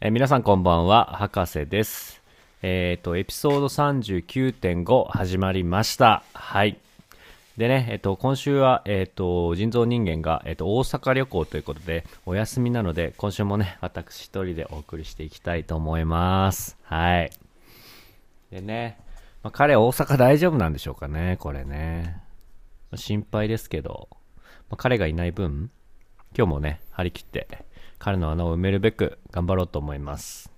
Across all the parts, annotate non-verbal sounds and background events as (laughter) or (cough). えー皆さんこんばんは、博士です。えっ、と、エピソード39.5始まりました。はい。でね、えっ、と、今週は、えっ、と、人造人間が、えっ、と、大阪旅行ということで、お休みなので、今週もね、私一人でお送りしていきたいと思います。はい。でね、まあ、彼大阪大丈夫なんでしょうかね、これね。まあ心配ですけど、まあ、彼がいない分、今日もね、張り切って、彼の穴を埋めるべく頑張ろうと思います。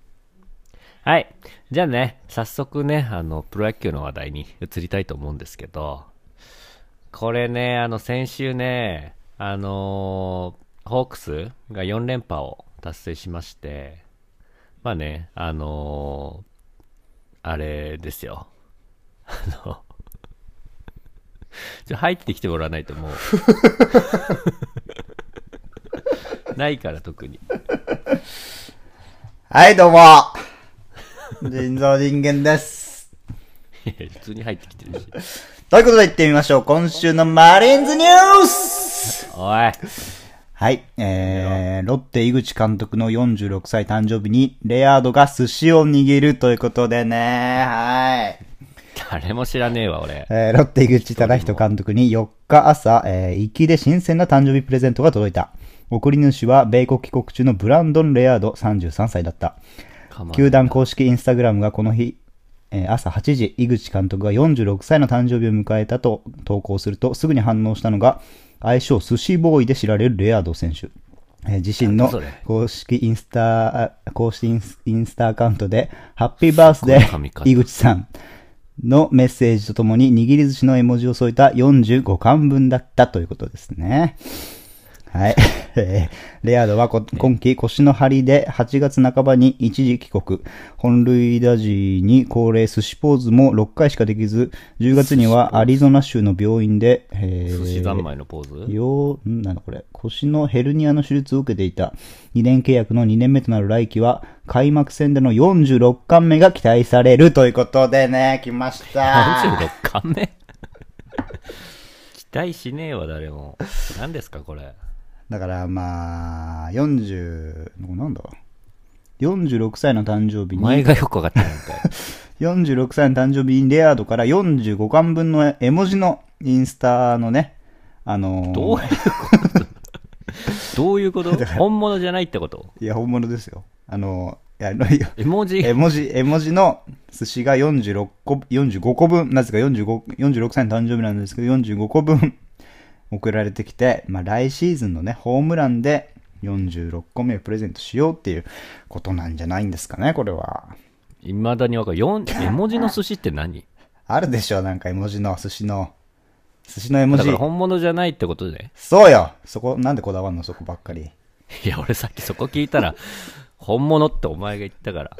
はい。じゃあね、早速ね、あの、プロ野球の話題に移りたいと思うんですけど、これね、あの、先週ね、あのーホークスが4連覇を達成しまして、まあね、あのーあれですよ。 (laughs) あの、ちょ、入ってきてもらわないともう。 (laughs) ないから特に。 (laughs) はい、どうも人造人間です。いや普通に入ってきてるし。ということで行ってみましょう。今週のマリーンズニュースおいはい、えー、ロッテ井口監督の46歳誕生日に、レアードが寿司を握るということでね、はい。誰も知らねえわ、俺。えー、ロッテ井口忠人監督に4日朝、えー、粋で新鮮な誕生日プレゼントが届いた。送り主は米国帰国中のブランドン・レアード33歳だった。かまん球団公式インスタグラムがこの日、えー朝8時、井口監督が46歳の誕生日を迎えたと投稿すると、すぐに反応したのが、愛称寿司ボーイで知られるレアード選手。えー自身なんだのそれ公式インスタ、あ公式インスインスタアカウントで、ハッピーバースデすごい髪型ー、井口さんのメッセージとともに、握り寿司の絵文字を添えた45巻分だったということですね。はい。 (laughs) えーレアードはこ今季腰の張りで8月半ばに一時帰国。本塁打時に恒例寿司ポーズも6回しかできず、10月にはアリゾナ州の病院で、えー寿司三昧のポーズようんなんだこれ、腰のヘルニアの手術を受けていた。2年契約の2年目となる来季は、開幕戦での46冠目が期待されるということでね、来ました。 (laughs) ?46 巻目期待しねえわ、誰も。何ですか、これ。だからまあ、40、なんだ ?46 歳の誕生日に、前がよくわかってないみたい。 (laughs) 46歳の誕生日にレアードから45巻分の絵文字のインスタのね、あのーどういうことどういうこと本物じゃないってこといや、本物ですよ。あのーいやあの、いや絵文字絵文字、絵文字の寿司が46個、45個分、なぜか45、46歳の誕生日なんですけど、45個分送られてきて、まあ来シーズンのね、ホームランで46個目をプレゼントしようっていうことなんじゃないんですかね、これは。いまだにわかる。よ (laughs) ん絵文字の寿司って何あるでしょ、なんか絵文字の、寿司の、寿司の絵だ文か字ら。本物じゃないってことで。そうよそこ、なんでこだわんの、そこばっかり。いや、俺さっきそこ聞いたら、本物ってお前が言ったから、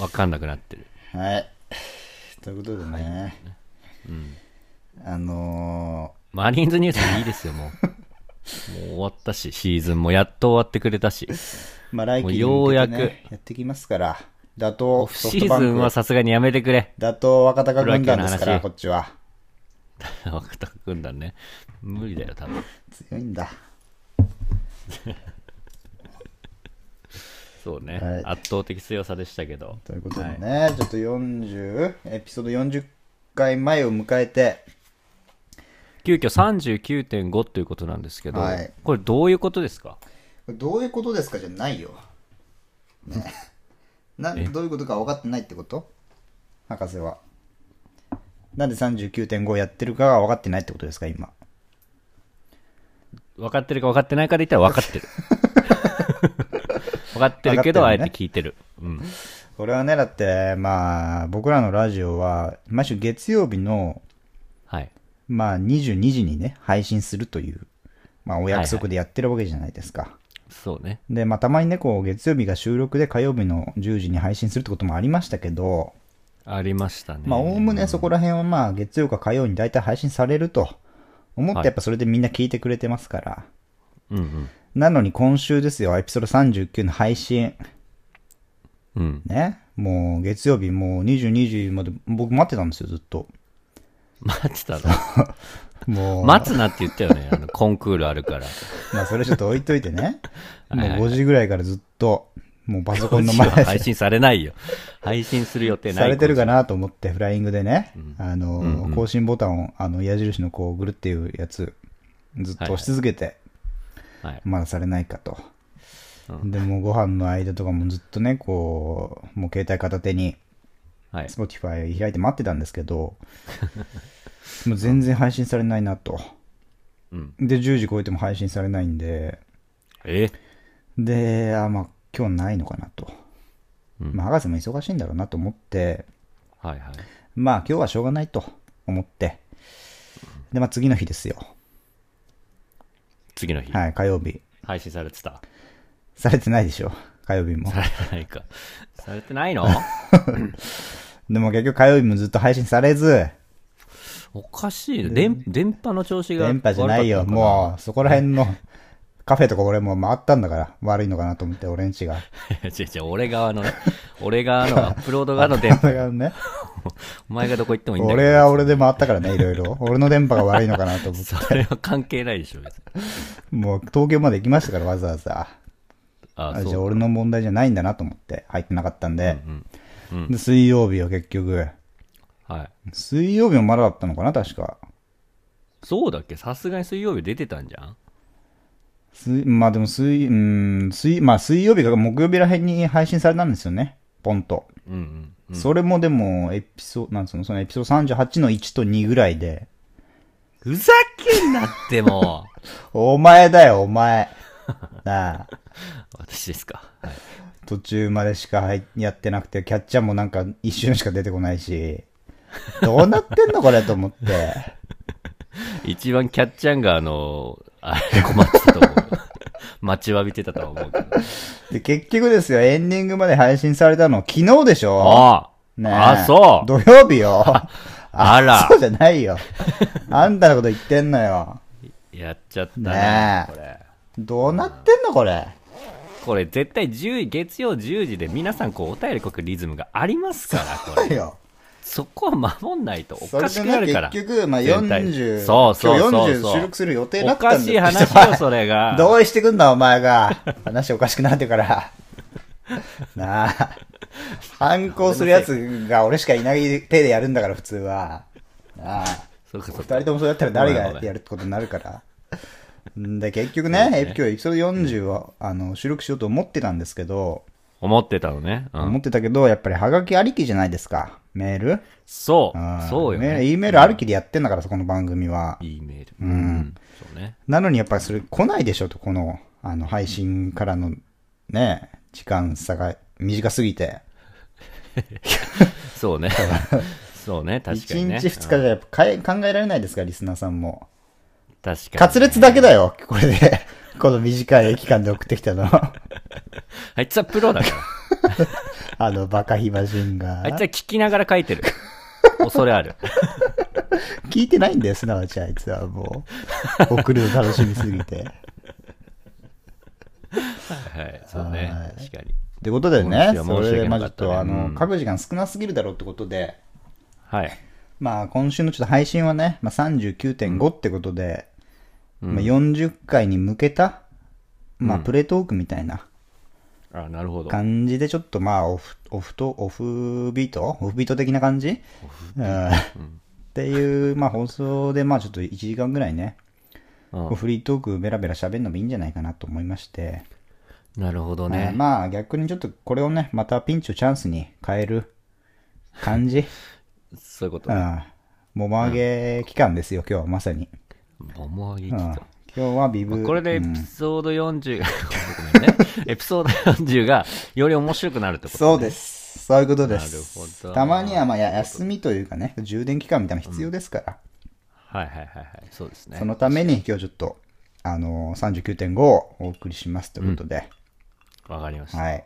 わかんなくなってる。はい。ということでね、あのマリーンズニュースいいですよ、もう。もう終わったし、シーズンもやっと終わってくれたし。ーまあ来季にもうよう向やけくてね、やってきますから、打倒オフソシフトーバズンンはク、さすがにやめてくれ。 (laughs) 打倒若隆軍団ですかプロ野球のら、話こっちは。若田軍団ね。無理だよ、多分。強いんだ。そうね、はい圧倒的強さでしたけど。ということでね、ちょっと40、エピソード40回前を迎えて、急遽39.5ということなんですけど、はいこれどういうことですかどういうことですかじゃないよ。 (laughs) ね。な、どういうことか分かってないってこと博士は。なんで39.5やってるかが分かってないってことですか今。分かってるか分かってないかで言ったら分かってる。 (laughs) 分かってるけど、分あかえってるねて聞いてる。うん。これはね、だって、まあ、僕らのラジオは、毎週月曜日の、はい。まあ、22時にね、配信するという、まあ、お約束でやってるわけじゃないですか。そうね。で、まあ、たまにね、こう、月曜日が収録で火曜日の10時に配信するってこともありましたけど、ありましたね。まあ、おおむねそこら辺はまあ、月曜か火曜に大体配信されると思っはいて、やっぱそれでみんな聞いてくれてますから。うんうん。なのに今週ですよ、エピソード39の配信。 (laughs) うん。ね。もう、月曜日もう22時まで、僕待ってたんですよ、ずっと。待ってたの。 (laughs) もう、待つなって言ったよね。あの、 (laughs) コンクールあるから。 (laughs) まあ、それちょっと置いといてね。はいはいはいもう5時ぐらいからずっと、もうパソコ今ンの週前はで配信されないよ。配信する予定ない。されてるかなと思って、フライングでね、あの、うんうん更新ボタンを、あの、矢印のこう、ぐるっていうやつ、ずっと押し続けて、はい。まだされないかと。うで、もうご飯の間とかもずっとね、こう、もう携帯片手に、はい。 Spotify 開いて待ってたんです (laughs) けど、もう全然配信されないなと。うん。で、10時超えても配信されないんで、えで、あ、まあ、今日ないのかなと。うんまあ、博士も忙しいんだろうなと思って、はいはい。まあ今日はしょうがないと思って。で、まあ次の日ですよ。次の日。はい、火曜日。配信されてた。されてないでしょ。火曜日もさ。れてないか。されてないのでも結局火曜日もずっと配信されず、おかしいね。電、電波の調子が。電波じゃないよ。もう、そこら辺のカフェとか俺もう回ったんだから、悪いのかなと思って、俺んちが。う。違う違う、俺側のね。俺側のアップロード側の電波。俺がね、お前がどこ行ってもいいんだけど。俺は俺で回ったからね、いろいろ。俺の電波が悪いのかなと思って。それは関係ないでしょ、別に。もう東京まで行きましたから、わざわざ。あ、あじそゃあう。俺の問題じゃないんだなと思って、入ってなかったんで。うん。で、水曜日は結局、はい。水曜日もまだだったのかな、確か。そうだっけさすがに水曜日出てたんじゃん水まあでも水、うーん、水、まあ水曜日か木曜日らへんに配信されたんですよね。ポンと。うんうん。それもでも、エピソード、なんつうの、そのエピソード38の1と2ぐらいで、ふざけんなってもうお前だよ、お前。なあ、 (laughs) 私ですか。はい。途中までしか入やってなくて、キャッチャーもなんか一瞬しか出てこないし、どうなってんのこれと思って。一番キャッチャンがあの、あれ困ってたと思う。 (laughs) 待ちわびてたとは思うけど。で、結局ですよ、エンディングまで配信されたの、昨日でしょああ、ねえあそう土曜 (laughs) 日よ。あらそうじゃないよ。あんたのこと言ってんのよ。やっちゃったねね、えこれ。どうなってんのこれ。これ絶対10位、月曜10時で皆さんこうお便り書くリズムがあります (laughs) から、これ。よ。そこは守んないとおそれかしでくなね、るから。結局、まあ、全体40、そうそうそう今日そう40収録する予定だおったかんしだいよ話よ、それ (laughs) が。同意してくんな、お前が。話おかしくなってから。 (laughs) なあ。反抗するやつが俺しかいない手でやるんだから、普通は。なあ。そうかそうか二人ともそうやったら誰ごめんごめがんやるってことになるから。んで、結局ね、エピ今日エピソード40を、あの収録しようと思ってたんですけど、思ってたのね。う思ん。ってたけど、やっぱりハガキありきじゃないですか。メールそううん。そうよね。ね。 E メールありきでやってんだから、そこの番組は。 E メール。うん。そうね。なのにやっぱりそれ来ないでしょと、この、あの、配信からの、ね、時間差が短すぎて。 (laughs) そうね。そうね、確か1にね。日2日じゃやっぱかえ考えられないですから、リスナーさんも。確か滑に。裂だけだよ、これで。 (laughs) この短い期間で送ってきたの。あいつはプロだから。あの、バカ暇人があいつは聞きながら書いて (laughs) る。恐れある。聞いてないんだよ、すなわちあいつはもう。送るの楽しみ (laughs) すぎて。っはい、そうねはい。確かに。てことでね申し、訳それで、まなあちょっかったねと、あうの、ん書く時間少なすぎるだろうってことで、はい。まあ今週のちょっと配信はね、まあ39.5ってことで、まあ40回に向けた、まあプレートークみたいなあ、なるほど。感じで、ちょっとまあオフ、オフと、オフビートオフビート的な感じうんっていう、まあ放送で、まあちょっと1時間ぐらいね、うんフリートークベラベラ喋るのもいいんじゃないかなと思いまして、なるほどえーね。まあ逆にちょっとこれをね、またピンチをチャンスに変える感 (laughs) じ。そういうことう。ん。桃上げ期間ですよ、今日はまさに。桃上げうん。機今と。日はビブ。これでエピソード40、ご (laughs) めんね。エピソード40がより面白くなるってこと。そうです。そういうことです。なるほどたまにはまあや休みというかね、充電期間みたいなの必要ですから、はいはいはいはい。そうですねそ。のために今日ちょっと、あのー、39.5をお送りしますということで、わかりました。はい。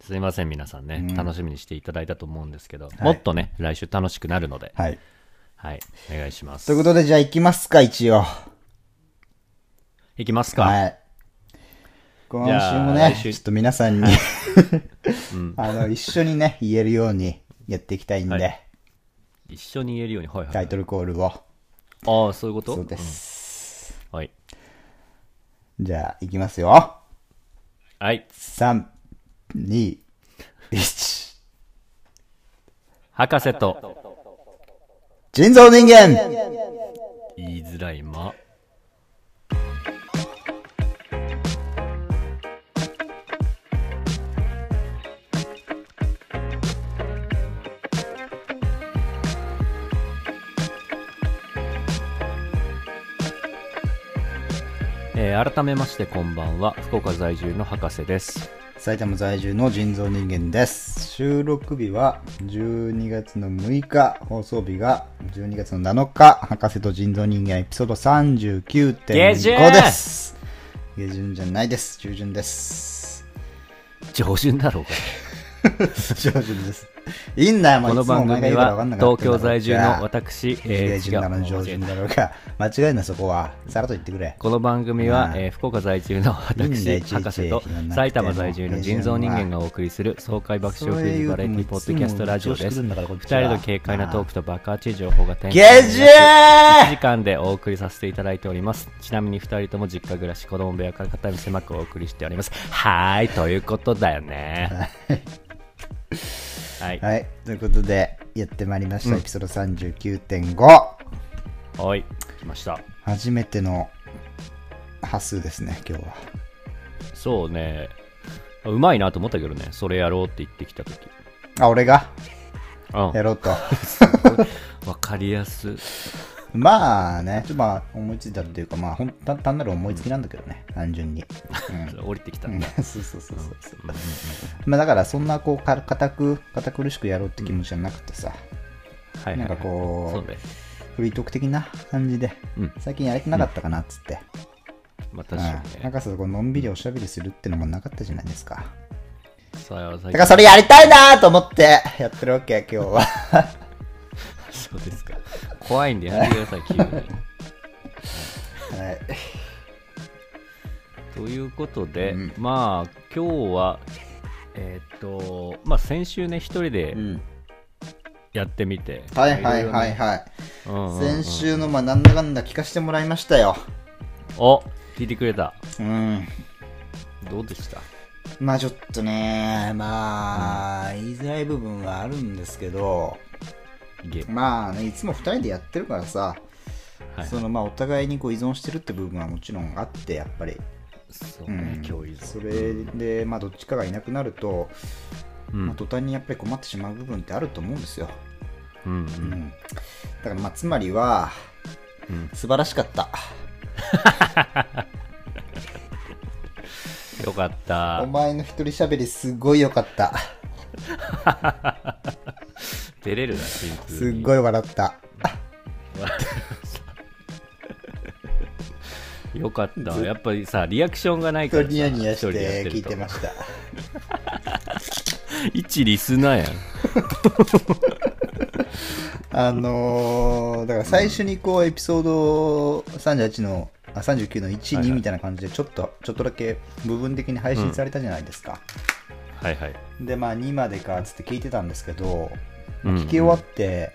すいません、皆さんね。楽しみにしていただいたと思うんですけど、もっとね、来週楽しくなるので、はい。はい。お願いしまといすう。ことで、じゃあ行きますか、一応。いきますか。はい。今週もじゃあね来、ちょ週っと皆さんに、 (laughs) あの、一緒にね、言えるようにやっていきたいんで、はい一緒に言えるように。はいはいタはい。イトルコールを。ああ、そういうことそうです。はい。じゃあ、いきますよ。はい。 3、 2、1。博士と人造人間言いづらい間。えー改めましてこんばんは福岡在住の博士です埼玉在住の人造人間です。収録日は12月の6日、放送日が12月の7日、博士と人造人間エピソード下旬39.5です。下旬じゃないです。中旬です。 (laughs) 上旬だろうか上旬です。いいんだよ、もうこのいつもお番前組が言うから分かはんなくなっ東てん京だろ在住の私、え下ー旬だろ違う上旬だろうか。間違えんな、そこは。さらっと言ってくれ。この番組はあ、あえー福岡在住のいいんだ私よいちいち博士と言わなくても埼玉在住の人造人間がお送りする爽快爆笑クイズバラエティポッドキャストラジオですそういう二のも調子狂うんだからこっちは人の軽快なトークと爆発情報が展下1時旬間でお送りさせていただいておりますちなみに二人とも実家暮らし子供部屋から肩身狭くお送りしておりますはーいということだよねはいはい、ということで、やってまいりました、エピソード39.5。はい来ました初めての端数ですね、今日は。そうねうまいなと思ったけどねそれやろうって言ってきた時あ、俺がうんやろう (laughs) と。わかりやすまあね、ちょっとまあ思いついたっていうか、まあほん単単なる思いつきなんだけどね、単純に。降りてきたうんん (laughs) だ、そうそうそうそう。うんうんまあだからそんなこう、か堅く、堅苦しくやろうって気持ちじゃなくてさ、はいはいはいなんかこうそうねフリートーク的な感じで、うん最近やれてなかったかなっつって。まあ確かうにんなんねかさ、こうのんびりおしゃべりするってのもなかったじゃないですか。さあ最だ近からそれやりたいなと思ってやってるわけ、今日 (laughs) は。そうですか怖いんでやめてください (laughs) 急にはいということで、うんまあ今日はえーっとまあ先週ね一人でうんやってみて、はいはいろはいはい。ろねうんうんうん先週のまあなんだかんだ聞かせてもらいましたよ。お聞いてくれたうん。どうでしたまあちょっとね、まあ、言いづらい部分はあるんですけど、ゲームまあね、いつも2人でやってるからさ、はいそのまあお互いにこう依存してるって部分はもちろんあって、やっぱり。そううねん、今日依存それで、まあどっちかがいなくなると、うんまあ、途端にやっぱり困ってしまう部分ってあると思うんですよ。うんうんうん。だからまあつまりは、うん素晴らしかった。よかったお前の一人喋りすごい良かった。照れるなシンプすルっにごい笑った。よかったやっぱりさリアクションがないかとらさニヤニヤ一し人でやって聞るいとてました。一リスナーやんあのー、だから最初にこうエピソード38の、あ39の1、はいはい2みたいな感じでちょっと、ちょっとだけ部分的に配信されたじゃないですか。はいはいで、まあ2までかっつって聞いてたんですけど、うん聞き終わって、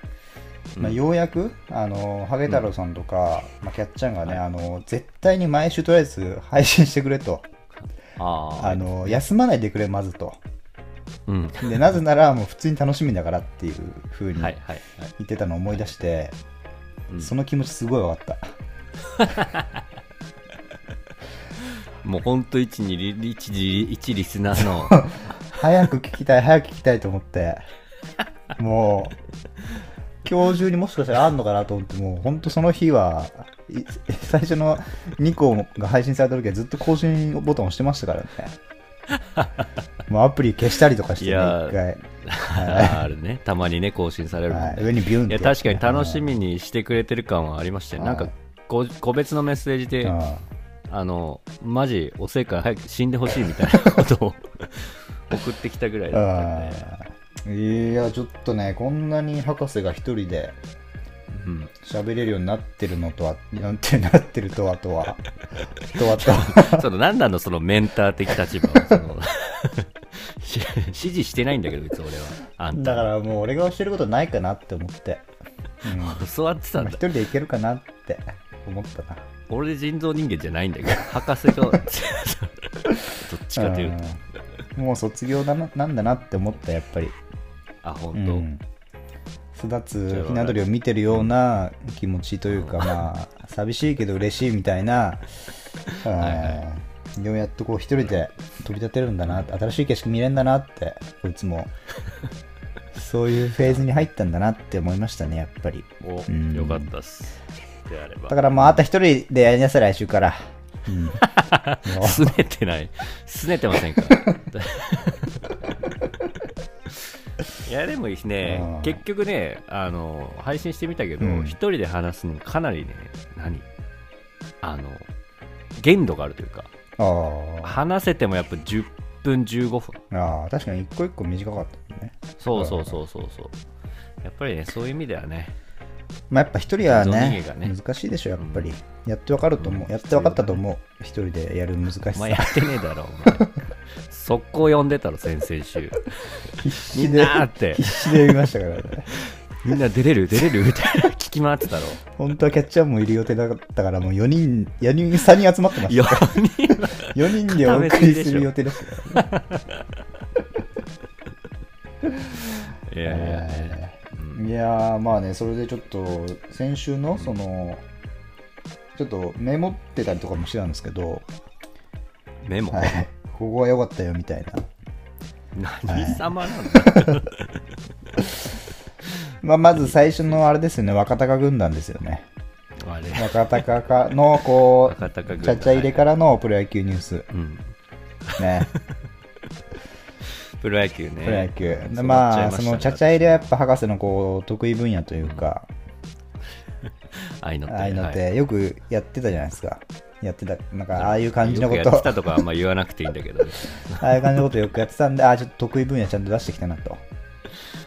うんまあ、ようやく、あのーハゲ太郎さんとか、まあ、キャッチャンがね、あのー絶対に毎週とりあえず配信してくれと、あああのー休まないでくれ、まずと。うんで、なぜならもう普通に楽しみだからっていうふうにはい言はいはいってたのを思い出して、うんその気持ちすごい分かった。もうほんと一にリ一リ一リスナーの早く聞きたい、早く聞きたいと思って、もう、今日中にもしかしたらあんのかなと思って、もう本当その日は、い最初の2個が配信された時はずっと更新ボタン押してまし (laughs) たからね。もうアプリ消したりとかしてね、いやー一回、あるねたまにね更新されるもんねはい上にビューンっいてや確かに楽しみにしてくれてる感はありましたよなはいんかこ個別のメッセージうで、んあのマジおせっかい早く死んでほしいみたいなこと (laughs) を送ってきたぐらいだったんで、うんいや、ちょっとね、こんなに博士が一人でうん、喋れるようになってるのとは、なってなってるとは、と (laughs) は、とはとは。その何なのそのメンター的立場はその (laughs) し指示してないんだけど別に俺はあんだかたらもう俺が教えることないかなって思って、うん、ま教わってたあんだ一人でいけるかなって思ったな (laughs) 俺人造人間じゃないんだけど博士がどっちかというとうんもう卒業だななんだなって思ったやっぱり、あ、う本当。ん、育つひな鳥を見てるような気持ちというかまあ寂しいけど嬉しいみたいな、うんでもやっとこう一人で飛び立てるんだな新しい景色見れるんだなってこいつもそういうフェーズに入ったんだなって思いましたねやっぱりお、うんよかったっす。であれば。だからもうあと一人でやりなさい来週から、うん、もうすねてない。すねてません (laughs) から。いや、でもうねん、結局ね、あの、配信してみたけど、一、うん人で話すのかなりね、何あの、限度があるというか、あ話せてもやっぱ10分、15分。ーあー確かに一個一個短かったね、そうそうそうそうそう。やっぱりね、そういう意味では (laughs) ね、まあ、やっぱ一人はね人間がね難しいでしょやっぱり、やって分かると思う、やって分かったと思う一人でやる難しさお前やってねえだろ、お (laughs) 前。速攻呼んでたろ、先々週。必死みんでなーって必、死で見ましたからね (laughs) みんな出れる出れるみたいな聞き回ってたろ。本当はキャッチャーもいる予定だったからもう4人4人3人集まってました4人は4人でお送りする予定ですからいやいや、ねえうんーいやーまあねそれでちょっと先週のそのちょっとメモってたりとかもしてたんですけど、メモ、はい、ここは良かったよみたいな何様なんだ、まあ、まず最初のあれですよね、若隆軍団ですよね。あ (laughs) れ若隆かの、こう、若隆軍団ちゃちゃ入れからのプロ野球ニュース。うん、 (laughs) ね、プロ野球ねプロ野球。でそうまなっちゃあ、いそしのちゃちゃゃ入れはやっぱ博士のこう、得意分野というか、愛の手ああいうのっはいてよくやってたじゃないですか。やってた、なんかああいう感じのこよくとやって、たとかあんま言わなくていいんだけどね (laughs) ああいう感じのことよくやってたんで、ああ、ちょっと得意分野ちゃんと出してきたなと。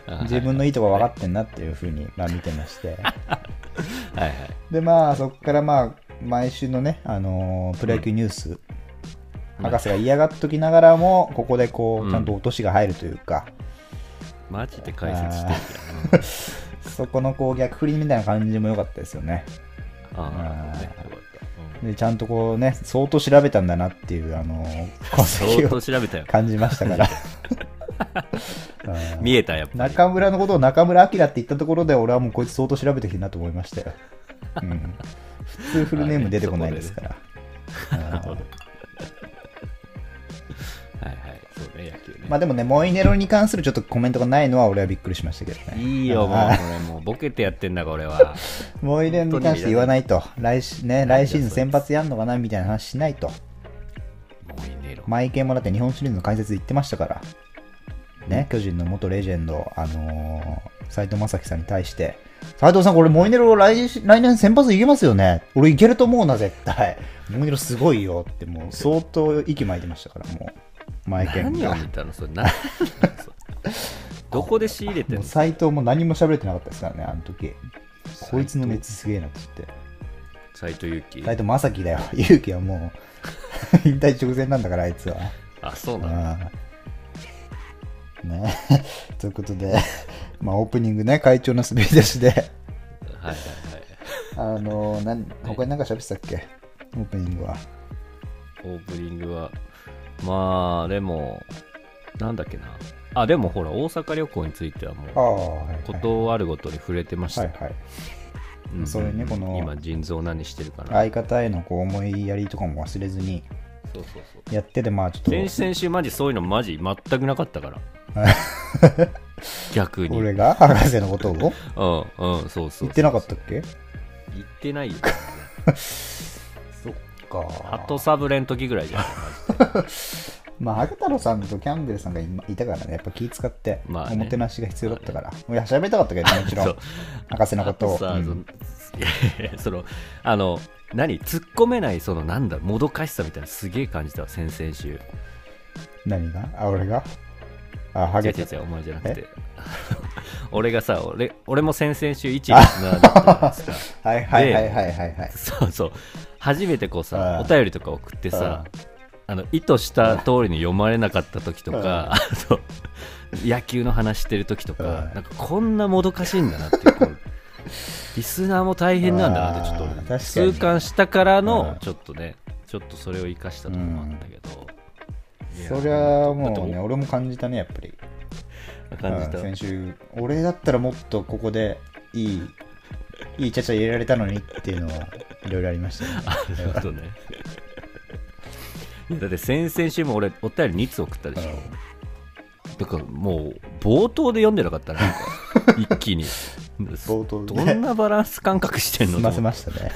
あはい自分のいいとこ分かってんなっていうふうに、まあ見て (laughs) ましはて。いはいで、まあ、そこからまあ、毎週のね、あのープロ野球ニュース、博士が嫌がっときながらも、ここでこうう、んちゃんと落としが入るというか、マジで解説してあそこのこう、逆振りみたいな感じも良かったですよね。ああなるほどねよあーかったで、ちゃんとこうね、相当調べたんだなっていう、あのー功うん相績を当調べたよ感じました (laughs) から。うん見えたやっぱり中村のことを中村晃って言ったところで、俺はもうこいつ相当調べてきてるなと思いましたよ。うん、普通フルネーム出てこないですから。なるほどはいはいそうね野球ね、まあでもね、モイネロに関するちょっとコメントがないのは俺はびっくりしましたけどね。いいよもうあこれもうボケてやってんだ俺はモイネロに関して言わないと。来しね、来シーズン先発やんのかなみたいな話しないと。もういねえろマイケンもだって日本シリーズの解説言ってましたから。ね、巨人の元レジェンド、あのー、斎藤正樹さんに対して、斎藤さん、これモイネロ来し来年先発いけますよね俺いけると思うな、絶対。モイネロすごいよって、もう相当息巻いてましたから、もう。マイケン何をが。見たのそれ何なのそれどこで仕入れてんもうの斎藤も何も喋れてなかったですからね、あの時。こいつの熱すげえなって言って。斎藤佑樹斎藤正樹だよ。勇気はもう、引退直前なんだから、あいつは。あそううなんのね (laughs) ということで、 (laughs) まあ、オープニングね、会長の滑り出しで、 (laughs) はいはいはいあの、なん他に何か喋ってたっけオープニングは。オープニングはまあでもなんだっけなあでもほら大阪旅行についてはもうああ、はい、はい。ことあるごとに触れてましたはいよ、はい。うんそれねこの今腎臓何してるかな相方へのこう思いやりとかも忘れずに、そうそうそうやってて、まあ、ちょっと、先々週マジそういうのマジ全くなかったから逆にうん (laughs) 俺が博士のことをうんそうそう言ってなかったっけ言って (laughs) ないよそっか。鳩サブレの時ぐらいじゃんまあ、ハゲ太郎さんとキャンベルさんが今いたからね、やっぱ気使って、まあねおもてなしが必要だったから。いや、喋りたかったけどね、もち (laughs) ろそんう。博士のことを。あとさ、うんそのいやいやその (laughs) あの何突っ込めないそのなんだもどかしさみたいなのすげえ感じたわ先々週何があ、俺があ、ハ違うゲ違てう違うお前じゃなくて (laughs) 俺がさ俺俺も先々週1リスナーだったじゃないですかはいはいはいはいはいはい。そうそう初めてこうさうおん便りとか送ってさあの意図した通りに読まれなかった時とか、あと野球の話してる時とか、うんなんかこんなもどかしいんだなっていうこ (laughs) うリスナーも大変なんだなってちょっとあー俺確かに痛感したからうのんちょっとねちょっとそれを生かしたとこもあったけど、そりゃだってもうおね、俺も感じたね、やっぱり。感じた、うん先週、俺だったらもっとここでいい、いいちゃちゃ入れられたのにっていうのは、いろいろありましたね。なるほど (laughs) ね。いやだって先々週も俺、お便り2つ送ったでしょ。だからもう、冒頭で読んでなかったな、なんか一気に。 (laughs) 冒頭でどんなバランス感覚してんの済ませましした (laughs) ね。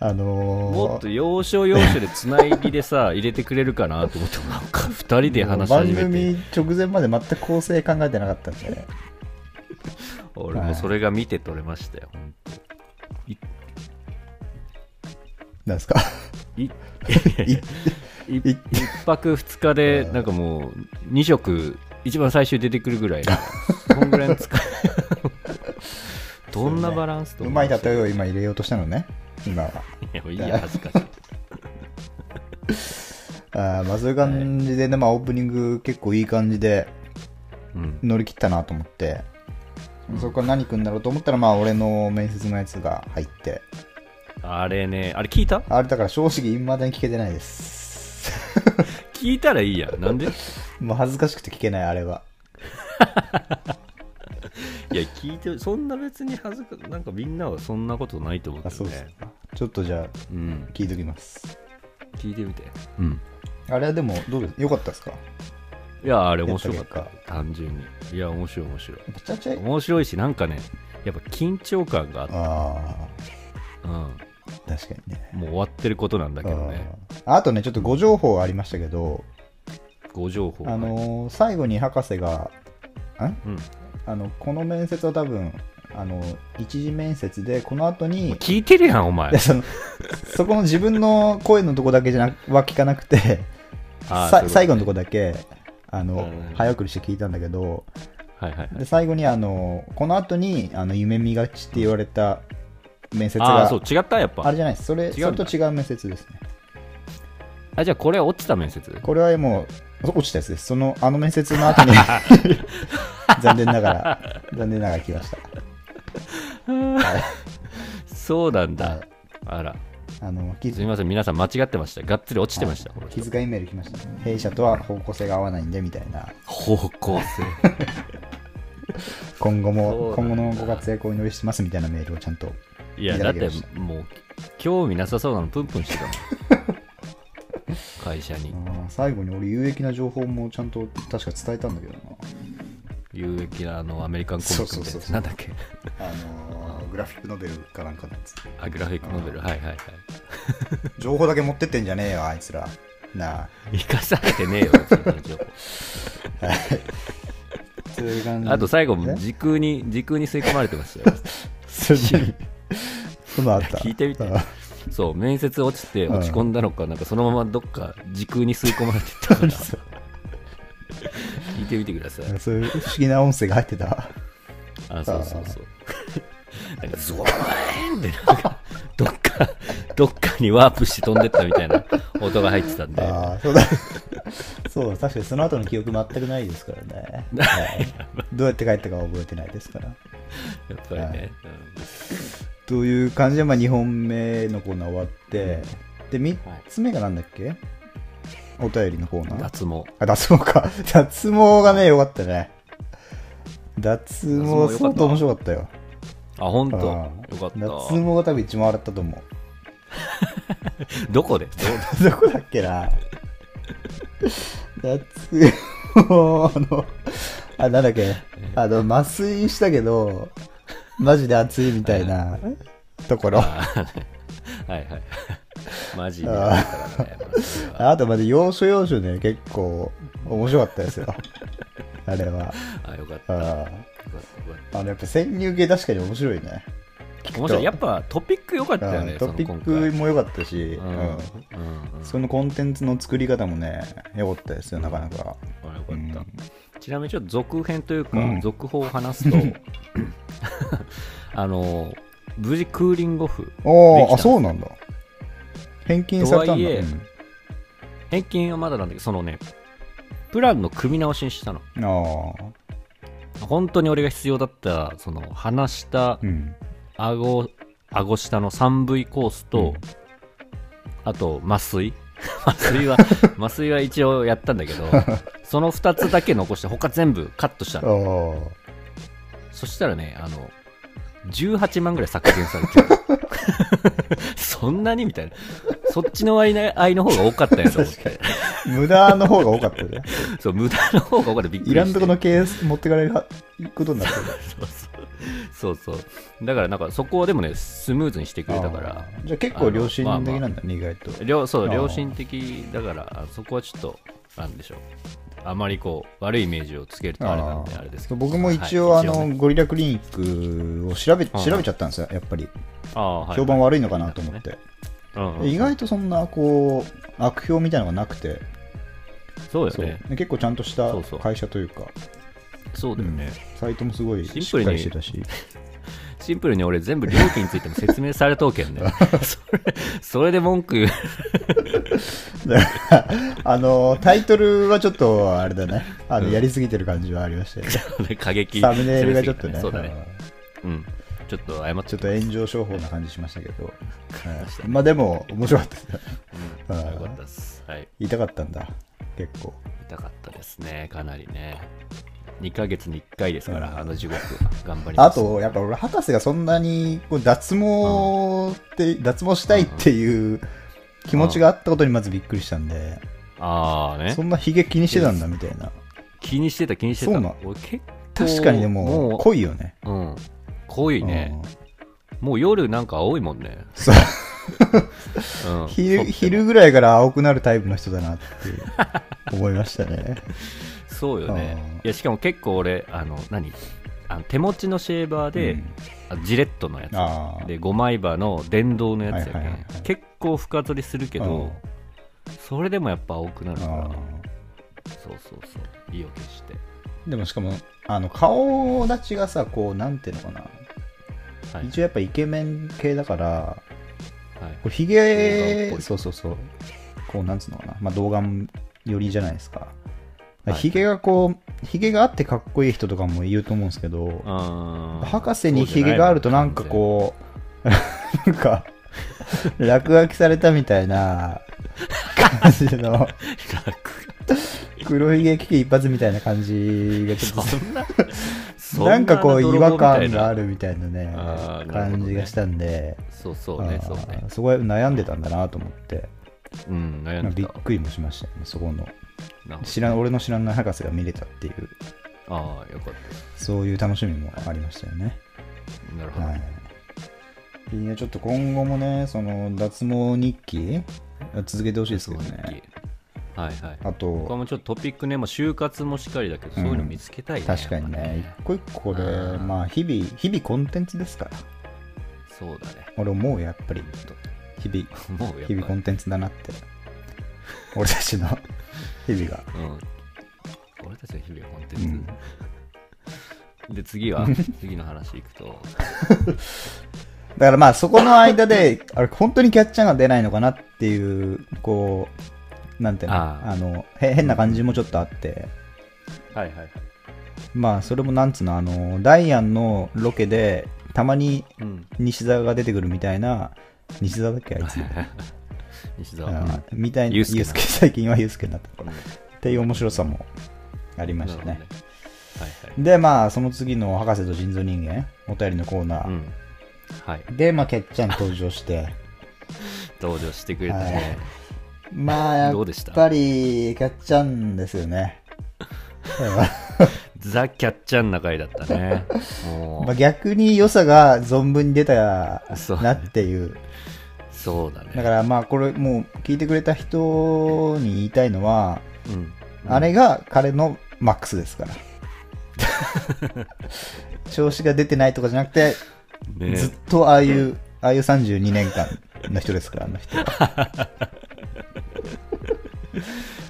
あのー、もっと要所要所でつないぎでさ、 (laughs) 入れてくれるかなと思って、なんか2人で話し番始めて、組直前まで全く構成考えてなかったんで、俺もそれが見て取れましたよ。なんですかいいい一泊二日で、なんかもう、二食、一番最終出てくるぐらい (laughs) の、こんぐらいの使い。どんなバランスとう思まい例ましたえを今入れようとしたのね、今は。いや、いいや、恥ずかしい。あーまあそういう感じでね、まあオープニング結構いい感じでうん。乗り切ったなと思って、そこから何くんだろうと思ったら、まあ俺の面接のやつが入って、あれね、あれ聞いたあれだから正直いまだに聞けてないです。 (laughs) 聞いたらいいやん。なんでもう恥ずかしくて聞けない、あれは。いや、聞いて、そんな別に恥ずか、なんかみんなはそんなことないと思うあ、けどそうですねか。。ちょっとじゃあうん。聞いときます。聞いてみて。うん。あれはでも、どうですよかったですかいや、あれ面白かっやったぱ。単純に。いや、面白い、面白い。めちゃくちゃいい。面白いし、なんかね、やっぱ緊張感があって、あうん。あ、確かにね。もう終わってることなんだけどね。ああとね、ちょっとご情報ありましたけど、ご情報があのー最後に博士が、んうん、もあのこの面接は多分あの一次面接で、この後うに、聞いてるやん、お前いや。そのそこの自分の声のとこだけじゃなは聞かなくて、 (laughs) あーさ最後のそういとうこだけあの、うん早送りして聞いたんだけど、とね。はいはいはい。で最後にあのこの後にあの夢見がちって言われた面接あがあ、そう、違ったやっあぱれ。じゃないです、それそ違うれんとだ違う面接ですね。あ、じゃあこれ落ちた面接これはもう落ちたやつです。そのあの面接の後に (laughs) (laughs) 残念ながら残念ながら来ました。そうなんだはい。あら。あの気すづみません、皆さん間違ってました。がっつり落ちてました。この人気遣いメール来ました。弊社とは方向性が合わないんでみたいな。方向性。今後もそう今な後んだのご活躍をお祈りしてますみたいなメールをちゃんと。いや、いだっただきてましたもう、興味なさそうなのプンプンしてたもん。 (laughs) 会社にあ。ー最後に俺有益な情報もちゃんと確か伝えたんだけど有益なあのアメリカンコミックみたいそうそうなやつ。なそうんだっけな。あのーグラフィックノベルかなんかのや (laughs) つ。あ、グラフィックノベル。はいはいはい。情報だけ持ってってんじゃねえよあいつら。なあ。生かされてねえよ、別にその情報そういう感じあと最後、ね時空に、時空に吸い込まれてましたよ。 (laughs) そ (laughs) れにそんなのあった。聞いてみてあーそう、面接落ちてうん落ち込んだのか、なんかそのままどっか時空に吸い込まれてったから、聞いてみてください。そういう不思議な音声が入ってた。あ、そうそうそう。 (laughs) なんか、ズワーンって、なんか、どっか、どっかにワープして飛んでったみたいな音が入ってたんで、ああ、そうだ。 (laughs) そうだ、確かにその後の記憶全くないですからね。はいどうやって帰ったかは覚えてないですから。やっぱりね。という感じで、まあ、2本目のコーナー終わって、で、3つ目がなんだっけお便りのコうーんナー。脱毛。あ、脱毛か。脱毛がね、よかったね。脱脱毛毛よかっ、た相当面白かったよ。あ、ほんと。うんよかった。脱毛が多分一番笑ったと思う。どこでどこだっけな脱毛の、あ、なんだっけ、あの、麻酔したけど、マジで熱いみたいなところ。ああーはい (laughs) はい。マジでだからね。まあそれはとまで要所要所ね、結構面白かったですよ。あれは。あ、よかった。よかっあたよかっあの、やっぱ潜入系確かに面白いね。た面白い。やっぱトピック良かったようねん、トピッその今クも良かった回。し、うん。うんうんうんそのコンテンツの作り方もね、良かったですよ、なかなか。あよかうんった、ちなみにちょっと続編というか、うん続報を話すとあの無事クーリングオフできあたあ、あ、そうなんだ。返金されたんとはだ。いえ返金はまだなんだけどそのねプランの組み直しにしたのうん、ああ、本当に俺が必要だったその話したうん。顎顎下の 3V コースと、あと麻酔 (laughs) 麻酔は麻酔は一応やったんだけどその2つだけ残して他全部カットしたのおーそしたらねあの18万ぐらい削減されてる (laughs) そんなにみたいなそっちの割合の方が多かったやと思っ確てかに。無駄の方が多か (laughs) ったね。そう無駄の方が多かったびっくりしていらんとこのケース持ってかれることになって (laughs) る。そうそうそうそうだからなんかそこはでもねスムーズにしてくれたからあー。じゃあ結構良心的なんだね、意外と。両そあうー良心的だからあそこはちょっとなんでしょうあまりこう悪いイメージをつけるとあれなんでーあれですけそうど僕も一応、はいあのねゴリラクリニックを調べ調はいべちゃったんですよ、やっぱり、あーはい評判悪いのかなと思って、うんうんで意外とそんなこう悪評みたいなのがなくて、そうだそようねで結構ちゃんとしたそうそう会社というか、そうだよね、うんサイトもすごいシンプルにしっかりしてたし、シンプルに俺全部料金についても説明されとうけ (laughs) んねそれそれで文句だから (laughs) あのタイトルはちょっとあれだね、あのやりすぎてる感じはあ (laughs) りましたよね、過激サムネイルがちょっとね、そうだねうんうんちょっと謝っちちょゃっっとた炎上商法な感じしまし (laughs) たけど、はいまあでも、面白かったですね、うんあーよかったですはい言いたかったんだ、結構。痛かったですね、かなりね。2ヶ月に1回ですかうんら、あの地獄は頑張りまあす。と、やっぱ俺、博士がそんなにこう脱毛って、脱毛したいっていう気持ちがあったことにまずびっくりしたんで、あーねそ。んなヒゲ気にしてたんだみたいな。気にしてた、気にしてそた。うなの俺結構確かにでも、濃いよね。う、うん。濃いね。もう夜なんか青いもんね。 (laughs) そううん、昼そう昼ぐらいから青くなるタイプの人だなって思いましたね。そうよねあ。いや、しかも結構俺、あの、何あの手持ちのシェーバー (laughs) で、うんあジレットのやつ。ああで5枚刃の電動のやつやけん、はいはいはいはい結構深剃りするけうんどそれでもやっぱ青くなるかあらあそうそうそう意を決して、でもしかも、あの顔立ちがさ、こう、なんていうのかな、はい一応やっぱイケメン系だから、はいこうひげ童顔っぽいそうそうそうこうなんつうのかなまあ童顔寄りじゃないですかはいひげ、がこうひげがあってかっこいい人とかもいると思うんですけどあー博士にひげがあるとなんかこうなんか落書きされたみたいな感じの黒ひげ危機一発みたいな感じがちょっそんな、と (laughs) なんかこう違和感がある。るみたいなねあーなるほどね感じがしたんでそうそうねあ、ーそうね。そこは悩んでたんだなと思ってうん、悩まあんで。びったくりもしましたよねそこのな知らん俺の知らない博士が見れたっていうああ、よかっそういう楽しみもありましたよね、た。なるほど。はい、いいねちょっと今後もねその脱毛日記続けてほしいですけどねはいはい。他あともちょっとトピックね、もう就活もしっかりだけど、そういうの見つけたいね。確かにやっぱね。一個一個こあれーまあ日々日々コンテンツですからそうだね。俺思うよやっぱり日々もうやっぱ日々コンテンツだなって俺たちの日々がうん。俺たちの日々はコンテうンんツ。で、次 (laughs) は、次の話いくと、だからまあそこの間で、あれ本当にキャッチャーが出ないのかなっていう、こう、なんていうの、あああのへ変な感じもちょっとあって、はいはいはい。まあそれもなんつうの、あの、ダイアンのロケで、たまにうん。西澤が出てくるみたいな、西澤だっけあいつ。西う澤。んみたいな、ユースケなユースケ (laughs) 最近はユースケになったのかうんな。っていう面白さもありましたなるねほ。どはいはい。で、まあその次の博士と人造人間、お便りのコーナうー。ん。はい。で、まあキャッチャーに登 (laughs) 場して、登場してくれたはいね。まあやどっうでしたぱりキャッチャンですよ (laughs) ね。ザ・キャッチャーな回だったね。もまあ、逆に良さが存分に出たそうなっていう。う、そうだだね。からまあこれもう聞いてくれた人に言いたいのは、うんあれが彼のマックスですから。 (laughs) 調子が出てないとかじゃなくて、ねずっとああいう、ああいう32年間の人ですから、あの人は。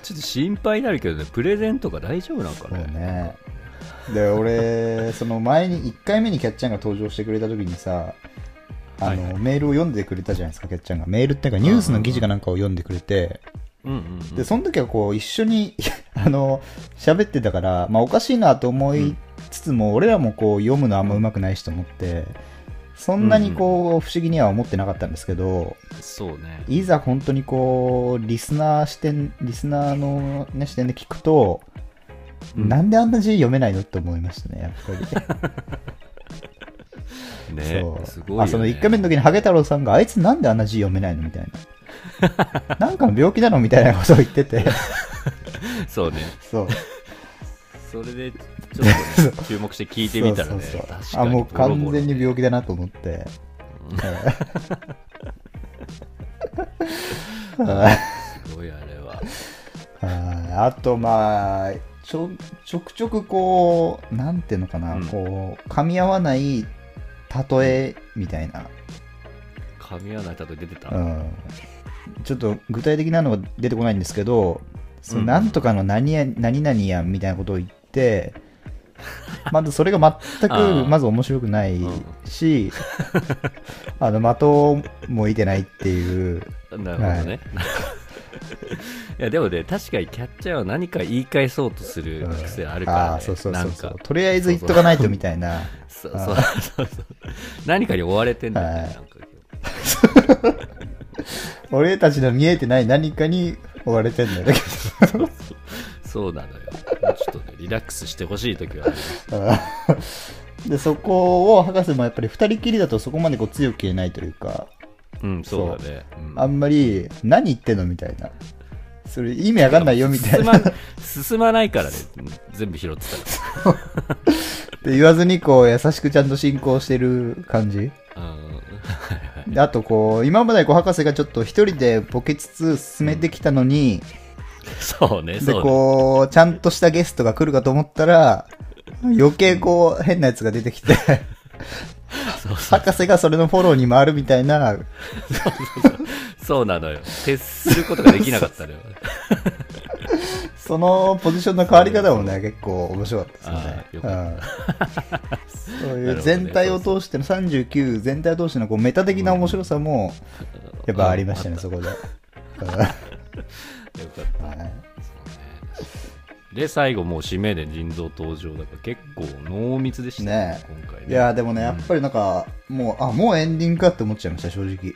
ちょっと心配になるけどね、プレゼントが大丈夫なのかそうね。ね。で、俺、その前に1回目にキャッチャンが登場してくれた時にさ、あの、はいはメールを読んでくれたじゃないですか、キャッチャンが。メールっていうかニュースの記事かなんかを読んでくれて、うんうんうん。で、その時はこう、一緒に、 (laughs) あの、喋ってたから、まあ、おかしいなと思いつつも、俺らもこう、読むのあんま上手くないしと思って、そんなにこう、不思議には思ってなかったんですけど、そうね。いざ本当にこう、リスナー視点、リスナーの、ね、視点で聞くと、うんなんであんな字読めないのって思いましたね、やっぱり。 (laughs) ねそうすごいよ、ね。あその1回目の時にハゲ太郎さんが、あいつなんであんな字読めないのみたいな。 (laughs) なんかの病気なのみたいなことを言って (laughs) て。そうね。そう。それで、ちょ (laughs) っと、ね、注目して聞いてみたらね。そうそうそう確あ、かにもうボロボ完ロ全に病気だなと思って。すごい、あれは。はいあと、まあ、ちょ、ちょくちょくこう、なんていうのかな、うんこう、噛み合わない例えみたいな。噛み合わない例え出てた。うんちょっと具体的なのが出てこないんですけど、そのうんなんとかの何や何々やんみたいなことを言って、 (laughs) まずそれが全あくあまず面白くないし、 (laughs) あの的もいてないっていう、なるほどね。 (laughs) い、やでもね、確かにキャッチャーは何か言い返そうとする癖あるから、ねああそうそうなそうんそかう、とりあえず言っとかないとみたいな、そうそうそうそう何かに追われてんだよね、はいなんか俺たちの見えてない何かに追われてんだよ (laughs) ね。そうなのよ。もうちょっとね、リラックスしてほしいときはある。うんで、そこを博士もやっぱり二人きりだとそこまでこう強く言えないというか、うん、そうだね。うんあんまり、何言ってんのみたいな。それ意味わかんないよみたい進な。まっ進まないからね、うん全部拾ってて言わずに、こう、優しくちゃんと進行してる感じ。たら。うんであと、こう、今までこう博士がちょっと一人でボケつつ進めてきたのに、そうね、で、そうね。こう、ちゃんとしたゲストが来るかと思ったら、余計こう、変なやつが出てき (laughs) て、そうそう博士がそれのフォローに回るみたいな、そうなのよ。徹することができなかったのよ。そのポジションの変わり方もね、結構面白かったですよ (laughs) ね。うんそういう全体を通しての39全体を通してのこうメタ的な面白さも (laughs) やっぱありましたね、そ (laughs) こで。うんよかった。で、最後もう締めで腎臓登場だから結構濃密でしたねね、今回ね。いやーでもね、やっぱりなんか、もう、あ、もうエンディングかって思っちゃいました、正直。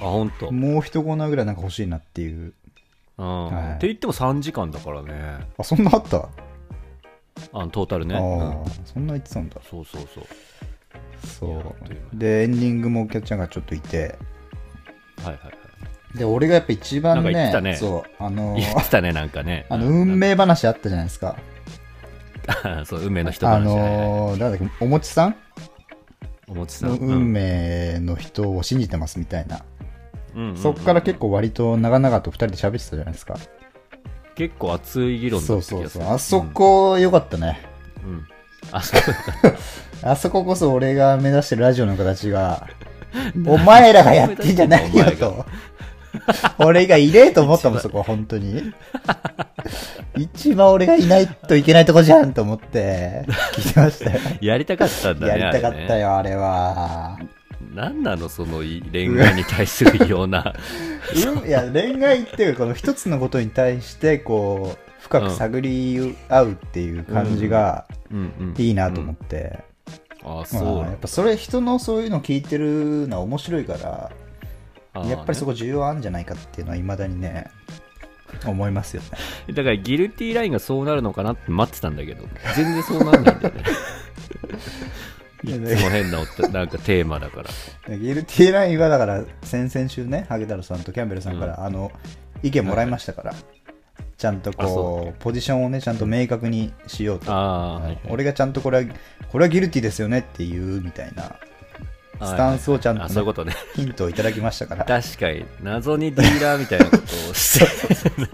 あ、本当。うんもう一コーナーぐらいなんか欲しいなっていう。はいって言っても3時間だからね。あ、そんなあった、あのトータルね。ああうんー、そんな言ってたんだ。そうそうそう。そいやあっというう。で、エンディングもキャッチャーがちょっといて。はいはいはい。で、俺がやっぱ一番なんか言ってたね、ねそう、あのー言ってたね、なんかね。 (laughs) あの、うん運。命話あったじゃないですか。なんかそう、運命の人あ話ね。はいはいのー、なんだっけ、おもちさんおもちさん。の運命の人を信じてますみたいな。うん。そっから結構。構割と長々と二人で喋ってたじゃないですか。結構熱い議論だそっうた気そうがすそるう。あそ。こ良かったね。うんうんあそこ。あそここそ俺が目指してるラジオの (laughs) 形が、お前らがやってんじゃないよと。俺がいねえと思ったもん、そこ、本当に。一番俺がいないといけないとこじゃんと思って、聞いてまし (laughs) たよ。やりたかったんだ (laughs) やね。りたかっあれねたよ、あれ (laughs) は。なんなのそのい恋愛に対するよう (laughs) なうんいや恋愛っていうかこの一つのことに対してこう深く探り合うっていう感じがうん、うん、いいなと思って、ああまそあう、やっぱそれ人のそういうの聞いてるのは面白いから、ああねやっぱりそこ重要あるんじゃないかっていうのはいまだにね思いますよねだからギルティーラインがそうなるのかなって待ってたんだけ (laughs) ど全然そうならないんだよねいつも変なおったなんかテーマだからギルティーラインはだから先々週ねハゲ太郎さんとキャンベルさんから、あの意見もらいましたから、ちゃんとあそうだこうポジションをねちゃんと明確にしようとああ、ははいいはい俺がちゃんとこれは、これはギルティですよねっていうみたいな、はいスタンスをちゃんとねあそういうことねヒントをいただきましたから。確かに謎にディーラーみたいなことをして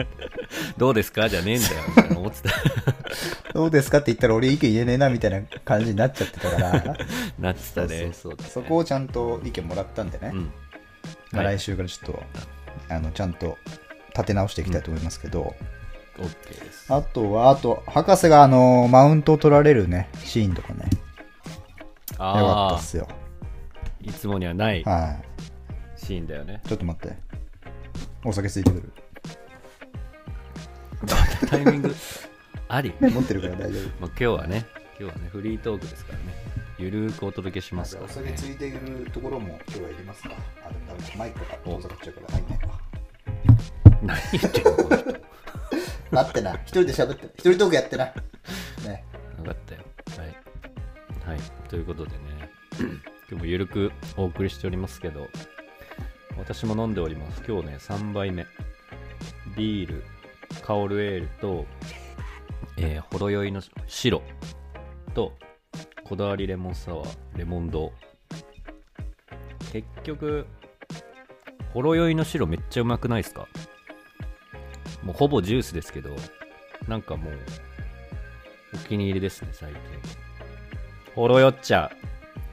(laughs) どうですかじゃねえんだよみたいな思ってたどうですかって言ったら俺意見言えねえなみたいな感じになっちゃってたから、 (laughs) なってたねそうだねそこをちゃんと意見もらったんでね、うんまはあい来週からちょっと、あの、ちゃんと立て直していきたいと思いますけど、 OK ですあとは、あと、博士があの、マウントを取られるね、シーンとかね、よかったあっすよ。ーいつもにはないはシーンだよね (laughs) い。ちょっと待って。お酒ついてくる。タイミングあり持ってるから大丈夫。まあ、今日はね、今日はね、フリートークですからね、ゆるーくお届けしますじゃかあおら酒ねついてるところも今日はいりますかあでもダメだマイクが遠ざかっちゃうから入んないわ (laughs) 何言ってんのこの人待ってな一人で喋って一人トークやってなね分かったよはい、はい、ということでね今日もゆるくお送りしておりますけど私も飲んでおります今日ね3杯目ビールカオルエールと、えー、程よいの白とこだわりレモンサワーレモンド結局ほろ酔いの白めっちゃうまくないですかもうほぼジュースですけどなんかもうお気に入りですね、最近。ほろ酔っちゃ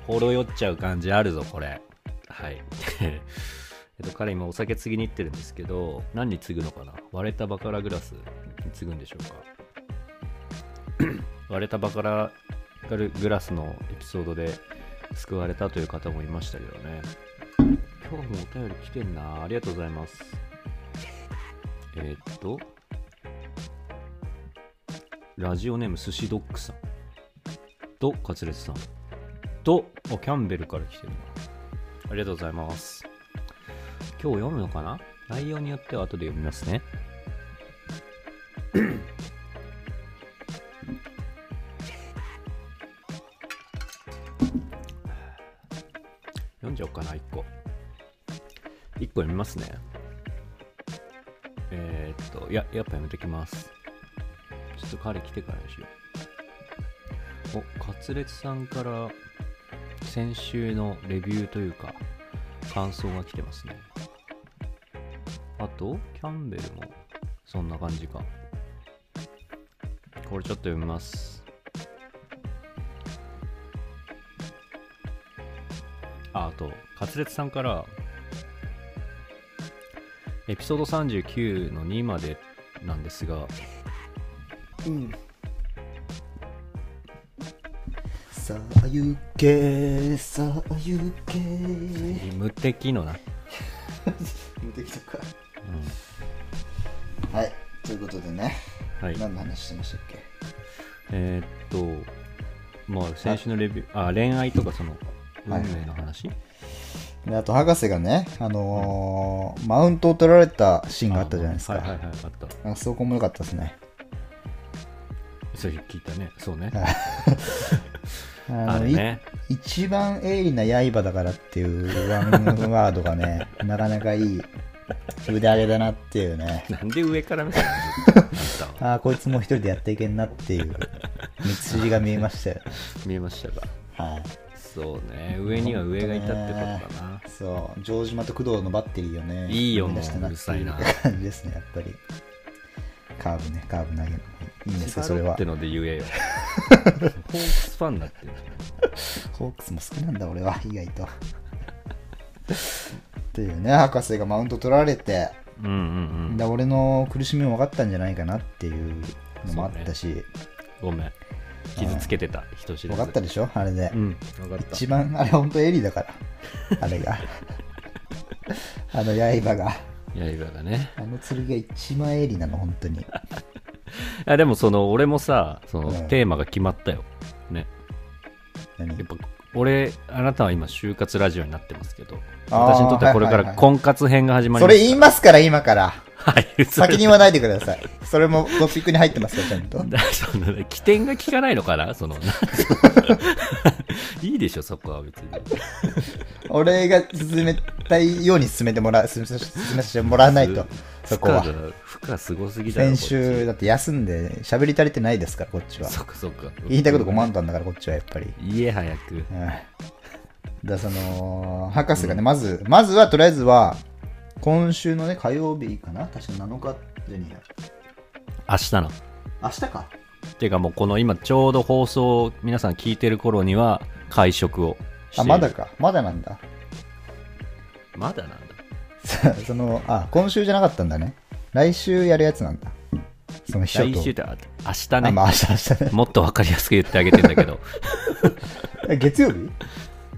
う。ほろ酔っちゃう感じあるぞ、これ。はい。 (laughs) えっと、彼今お酒継ぎに行ってるんですけど、何に継ぐのかな割れたバカラグラスに継ぐんでしょうか (coughs) 割れたバカラグラスのエピソードで救われたという方もいましたけどね。今日もお便り来てんな。ありがとうございます。えーっと、ラジオネーム寿司ドッグさんとカツレツさんとおキャンベルから来てるなありがとうございます今日読むのかな内容によっては後で読みますね読んじゃおうかな1個1個読みますねえー、っといややっぱやめときますちょっと彼来てからにしよう。お、カツレツさんから先週のレビューというか、感想が来てますね。あと、キャンベルもそんな感じか。これちょっと読みます。あ、あと、カツレツさんから、エピソード39の2までなんですが、さあ行けさあ行け無敵のな。無敵とかはいということでね、はい。何の話してましたっけえーっと、まあ、先週のレビュー、あ、恋愛とかその、運はい命の話、であと博士がね、あのーマウントを取られたシーンがあったじゃないですか。はいはいはい、あった。あそこも良かったですね。それ聞いたね。そうね。あのあれね。い一番鋭利な刃だからっていうワンワードがね、 (laughs) なかなかいい腕上げだなっていうね。なんで上から見たのずっとあったわああ、こいつも一人でやっていけんなっ (laughs) ていう道筋が見えましたよ。見えましたか。はい、そうね。上には上がいたってことかな。そう、城島と工藤のバッテリーをね、いいよ生み出したなもううるさいなってう感じですね、やっぱり。カーブね、カーブ投げるの。いいんですよ、それ縛ろうっはて。ので言えよ。ホークスファンになってる。ホークスも好きなんだ俺は意外と。っていうね博士がマウント取られて、うんうんうん。で俺の苦しみも分かったんじゃないかなっていうのもあったし、ごめん。傷つけてた、人知れ分ず。かったでしょあれで、うん、分かった。一番あれ本当エリだからあれ (laughs) があの刃が刃がね。あの剣が一番エリなの本当にいやでもその俺もさそのうんテーマが決まったよ、ね何やっぱ俺あなたは今就活ラジオになってますけどあー私にとってはこれかはいはらいはい婚活編が始まりそますれ言いますから今からはいそれ先に言わないでくださいそれもトピックに入ってますからちゃん (laughs) とその起点が効かないのかなその (laughs) いいでしょそこは別に俺が進めたいように進めてもらう進めさ進めさせてもらわないとそこは負荷が負荷すごすぎだろ先こ週だって休んで喋り足りてないですからこっちっはちそっかそっか言いたいこと5万とあんだからこっちはやっぱり、言え早くうん、だからその博士がね、まずまずはとりあえずは今週のね火曜日かな確か7日じゃねえや明日の明日かていうかもうこの今ちょうど放送を皆さん聞いてる頃には会食をしてあいるまだかまだなんだ (laughs) まだなんだそのあ今週じゃなかったんだね来週やるやつなんだその秘書と来週ってあ明日ねあまあ明日明日ねもっと分かりやすく言ってあげてんだけ (laughs) どえ月曜日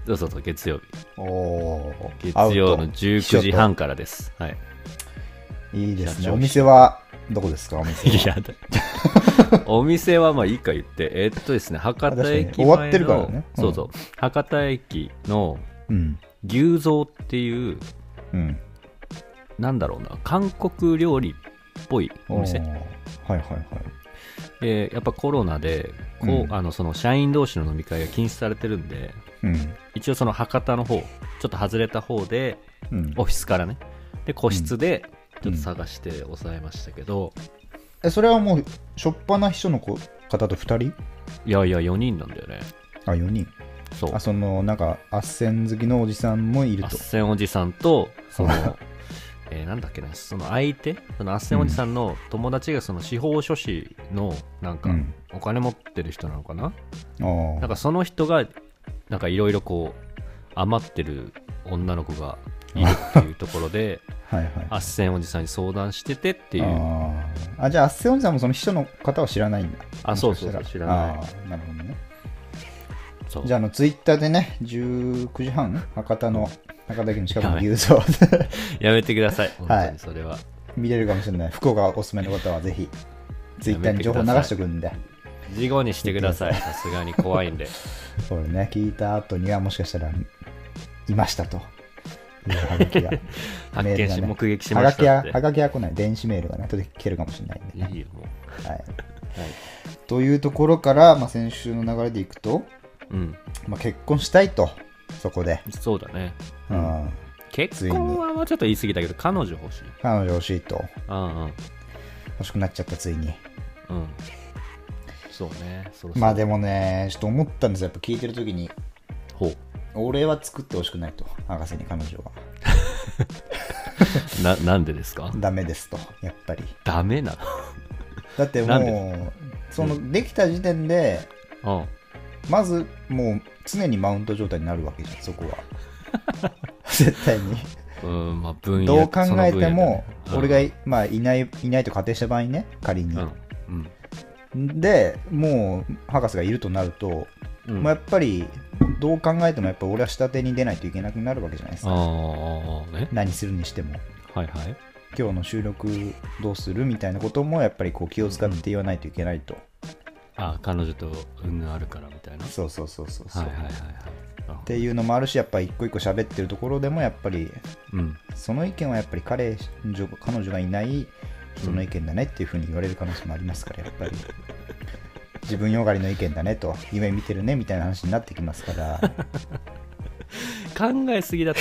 そうそうそう月曜日おお月曜の19時半からですはいいいですね。社長お店は、どこですかお店は。いやだお店はまあいいか言ってえっとですね博多駅前の確かに終わってるからねうんそうそう博多駅のうん。牛蔵っていううん。なんだろうな韓国料理っぽいお店ーはいはいはい。えーやっぱコロナでこう、うんあのその社員同士の飲み会が禁止されてるんでうん。一応その博多の方ちょっと外れた方でうんオフィスからねで個室でちうょんっと探して抑えましたけど、え、それはもう、しょっぱな秘書の子方と2人いやいや4人なんだよねあ、4人。そうあ、その、なんか、あっせん好きのおじさんもいるあっと。せんおじさんとそのうん、えーなんだっけなその相手そのあっせんおじさんの友達がその司法書士のなんかうんお金持ってる人なのかな、あーなんかその人がなんかいろいろこう余ってる女の子がいるっていうところで (laughs) はいはい。あっせんおじさんに相談しててっていうあーあじゃあ、あっせんおじさんもその秘書の方は知らないんだ。あもしかしたそうそうそう知らないあーなるほどね。そうじゃあ、あの、ツイッターでね、19時半、博多の、博多駅の近くのやばい牛蔵で (laughs) やめてください本当にそれは、見れるかもしれない。福岡おすすめの方はぜひ、ツイッターに情報流しておくんで、事後にしてくださ (laughs) いさすがに怖いんでこれね、聞いた後にはもしかしたら、いましたと。いうハガキが発メール見がし、ね目撃しましハたっガキては、はがきは来ない。電子メールがね、後で来てるかもしれないんでね。いいよもはう、はい、いというところから、まあ、先週の流れでいくと、うん、まあ、結婚したいと、そこで。そうだねうん結婚はまあちょっと言い過ぎたけど彼女欲しい彼女欲しいとうんうん欲しくなっちゃったついにうんそうねそろそろまあでもねちょっと思ったんですよやっぱ聞いてる時にほう俺は作ってほしくないと博士に彼女はななんでですかダメですとやっぱりダメなだってなんもうそのできた時点で (laughs) のまずもう常にマウント状態になるわけじゃんそこは (laughs) 絶対にうん、うん、まあ分野どう考えてもその俺分野だがねい,、まあ、いないいないと仮定した場合ね仮に、うんでもう博士がいるとなるとうんうんまあ、やっぱりどう考えてもやっぱ俺は下手に出ないといけなくなるわけじゃないですあかあね何するにしてもはいはい今日の収録どうするみたいなこともやっぱりこう気を使って言わないといけないと、あ彼女と運があるからみたいなそうそうそうそうそう、はいはいはいはいなるっほどていうのもあるしやっぱり一個一個喋ってるところでもやっぱりうんその意見はやっぱり彼女彼女がいない人の意見だねっていうふうに言われる可能性もありますからやっ (laughs) ぱり自分よがりの意見だねと夢見てるねみたいな話になってきますから考えすぎだって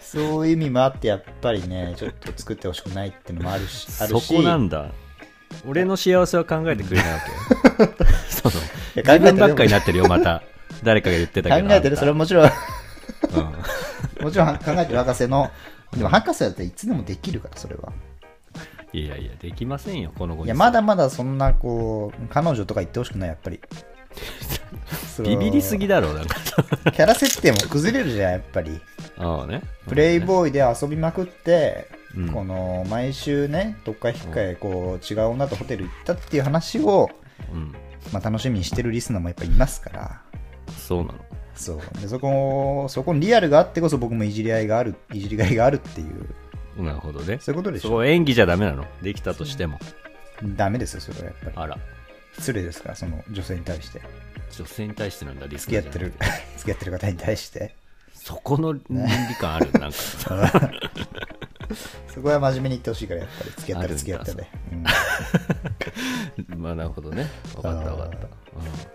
そういう意味もあってやっぱりねちょっと作ってほしくないっていうのもあるしあるそしこなんだ俺の幸せは考えてくれないわ (laughs) けそのいや考自えてる分ばっかりになってるよまた誰かが言ってたけど考えてる、それはもちろん、 (laughs) うんもちろん考えてる博士の、でも博士だっていつでもできるから、それは。いやいやできませんよこの子いや、まだまだそんな、こう、彼女とか言ってほしくない、やっ (laughs) ぱり。そうビビりすぎだろうなんかキャラ設定も崩れるじゃん、やっぱり。ああねプレイボーイで遊びまくって、うんこの、毎週ね、どっか引っかえ、こう、違う女とホテル行ったっていう話を、うんまあ、楽しみにしてるリスナーもやっぱりいますから。そうなのそう。で、そこ、そこにリアルがあってこそ僕もいじり合いがある、いじりがいがあるっていう、なるほどねそういうことでしそょ。こ演技じゃダメなのできたとしてもダメですよ、それはやっぱり。あら失礼ですからその女性に対して女性に対してなんだリスク付き合ってる付き合ってる方に (laughs) 対してそこの倫理観ある (laughs) なんかそこは真面目に言ってほしいからやっぱり付き合ったあるんらだ付き合ったで、まあなるほどね分かった分かったうん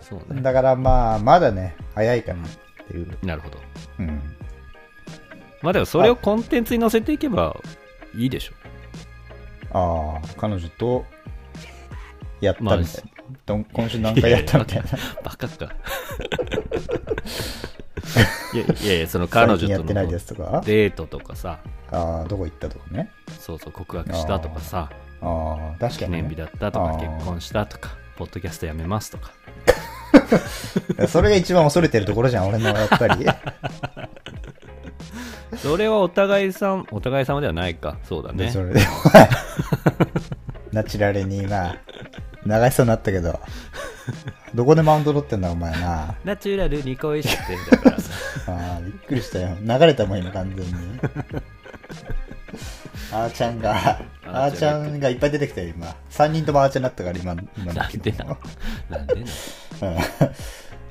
そううねんだからまあまだね早いかなっていう、なるほどうん、まあでもそれをコンテンツに載せていけばいいでしょああ彼女とやったみまたあいな、どん今週何回やったみたいなバカかいやいやいやその (laughs) 彼最近女やとっのてないですとかデートとかさああどこ行ったとかねそうそう告白したとかさああ確か記に、ね、念日だったとかあー結婚したとかポッドキャストやめますとか (laughs) それが一番恐れてるところじゃん俺のやっぱ (laughs) りそれはお互いさんお互い様ではないかそうだねそれでお前 (laughs) ナチュラルに今流しそうになったけどどこでマウント取ってんだお前なナチュラルに恋してだ (laughs) からさ (laughs) あーびっくりしたよ流れたもん今完全にあーちゃんが、ああーーちちゃゃんんがいっぱい出てきたよ、今。3人ともあーちゃんだったから、今、今なだんけでどなのなんでなの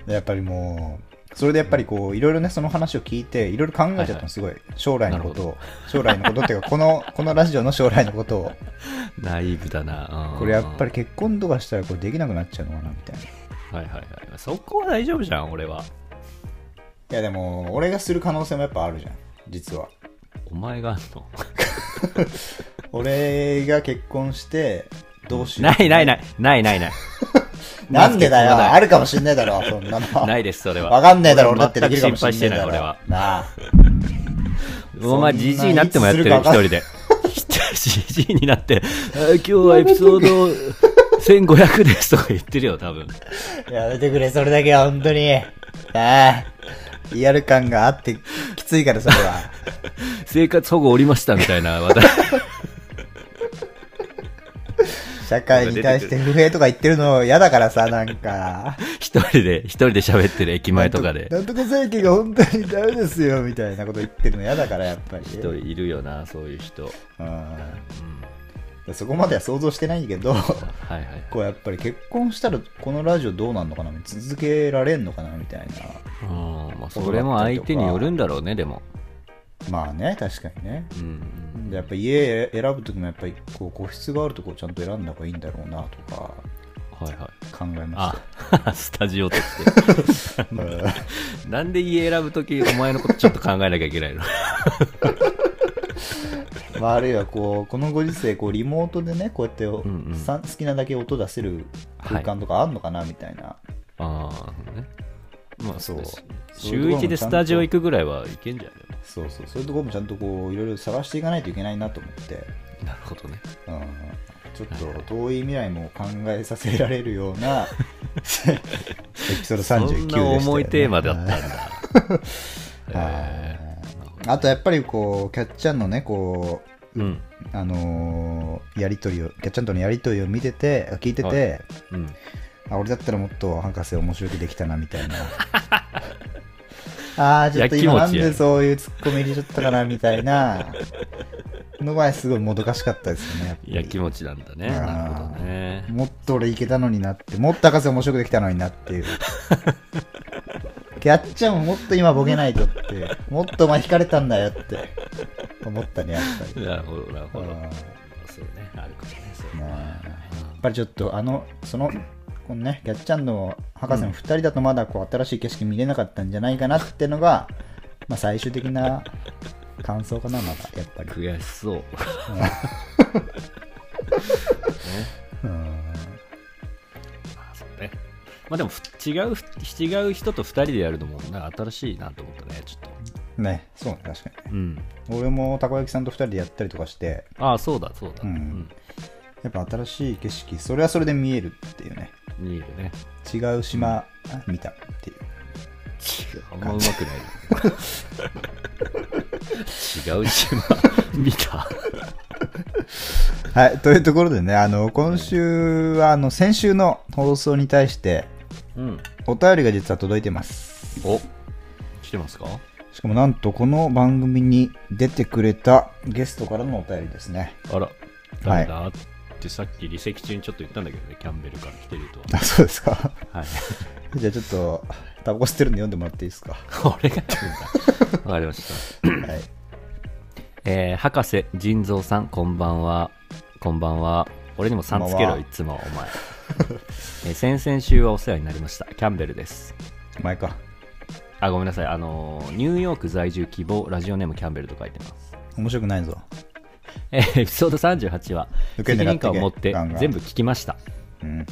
うんやっぱりもう、それでやっぱりこう、いろいろね、その話を聞いて、いろいろ考えちゃはったいはいの、すごい。将来のことなを、将来のことっていうか、(laughs) この、このラジオの将来のことを、ナイーブだな、うんこれやっぱり結婚とかしたらこれできなくなっちゃうのかな、みたいな。はいいはいはいそこは大丈夫じゃん俺はや、でも、俺がする可能性もやっぱあるじゃん、実は。お前があんの俺が結婚して、どうしよう。ないないないないないないなんでだまよ、ず結婚はないあるかもしんねえ (laughs) だろ、そんなの。ないですそれはわかんねえだろ、俺だってできるかもしんねえ全く心配してないだろ。俺はなあ。お前そんなじじいになってもやってるいつ一するか人で (laughs) じじいになってあ今日はエピソード1500ですとか言ってるよ多分やめてくれ、それだけは、本当に。ああ。リアル感があって、きついから、それ (laughs) は。生活保護おりましたみたいな話題社会に対して不平とか言ってるの嫌だからさ、なんか。一人で一人で喋ってる駅前とかでなんとか政権が本当にダメですよ、みたいなこと言ってるの嫌だから、やっぱり。一人いるよなそういう人うん。そこまでは想像してないけど、はいはいこうやっぱり結婚したらこのラジオどうなんのかな続けられんのかなみたいなうんまあ、それも相手によるんだろうねでもまあね確かにねうんでやっぱ家選ぶ時もやっぱりこう個室があるとこをちゃんと選んだ方がいいんだろうなとかはいはい考えましあ (laughs) スタジオとしてたうん (laughs) なんで家選ぶときお前のことちょっと考えなきゃいけないのまああるいはこうこのご時世こうリモートでねこうやってんうんさ好きなだけ音出せる空間とかあんのかなみたいなああねまあそうそう週一でスタジオ行くぐらいはいけんじゃないそうそうそういうところもちゃんとこういろいろ探していかないといけないなと思ってなるほどねうんちょっと遠い未来も考えさせられるよう (laughs) なエピソード39でしたよね、そんな重いテーマだったん (laughs) だ、はいへあとやっぱりこうキャッチャンのねこーうんうあのーやりとりをキャッチャンとのやりとりを見てて聞いてて、はうんあ俺だったらもっと博士面白くできたなみた (laughs) いなああちょっといや気持ち今なんやでそういうツッコミ入れちゃったかなみたいなの前すごいもどかしかったですよねやっぱりやきもちなんだねあーなるほどねもっと俺いけたのになって、もっと博士面白くできたのになっていう。キャッチャーももっと今ボケないとって、もっとお前引かれたんだよって思ったね、やっ (laughs) ぱり。なるほどなるほうどんねそうねあるかもねそうえねやっぱりちょっとあの、その、このね、キャッチャーの博士の2人だとまだこう新しい景色見れなかったんじゃないかなってのが、まあ最終的な感想かな、まだ、やっぱり。悔しそう (laughs) うんあそうね。まあでもふ違うふ違う人と2人でやるのもなんか新しいなと思ったねちょっね、そうね、確かとうんに。俺もたこ焼きさんと2人でやったりとかして、ああそうだそうだ、うんやっぱ新しい景色それはそれで見えるっていうねうん見えるね違う島見たっていう違うあんまうまくないな違う島見たはいというところでねあの今週はあの先週の放送に対してうんお便りが実は届いてますお来てますかあしかもなんとこの番組に出てくれたゲストからのお便りですねらはなんいだ、ってさっき離席中にちょっと言ったんだけどねキャンベルから来てるとはあそうですかはい (laughs) じゃあちょっとタバコ吸ってるんで読んでもらってい (laughs) いですか (laughs) 俺が来るんだわかりましたはいえー博士仁蔵さんこんばんはこんばんは俺にもさんつけこんばんろはいつもお前、 (laughs) えー先々週はお世話になりましたキャンベルですお前かあごめんなさいあのーニューヨーク在住希望ラジオネームキャンベルと書いてます面白くないぞえーエピソード38は受責け狙っ任てけ感を持ってガンガン全部聞きましたうん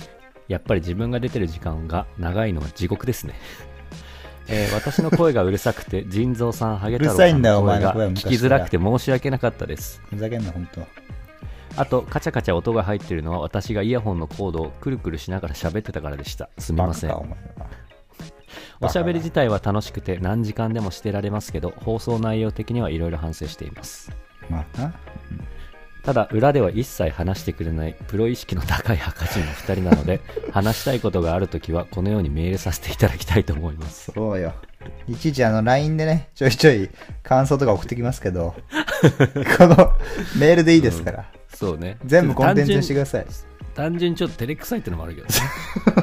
やっぱり自分が出てる時間が長いのは地獄ですね、 (laughs) えー私の声がうるさくて仁蔵さんハゲ太郎さんのうるさ声いんだよお前のが声聞は昔きからづらくて申し訳なかったですふざけんな本当あとカチャカチャ音が入ってるのは私がイヤホンのコードをくるくるしながら喋ってたからでしたすみバまカせんかお前はおしゃべり自体は楽しくて何時間でもしてられますけど放送内容的にはいろいろ反省していますまあなただ裏では一切話してくれないプロ意識の高い赤人の2人なの (laughs) で話したいことがあるときはこのようにメールさせていただきたいと思います (laughs) そうよ。いちいちあの LINE でね、ちょいちょい感想とか送ってきますけど、このメールでいいですから。 (laughs) そうね。全部コンテンツにしてください。単純にちょっと照れくさいってのもあるけ (laughs) どね。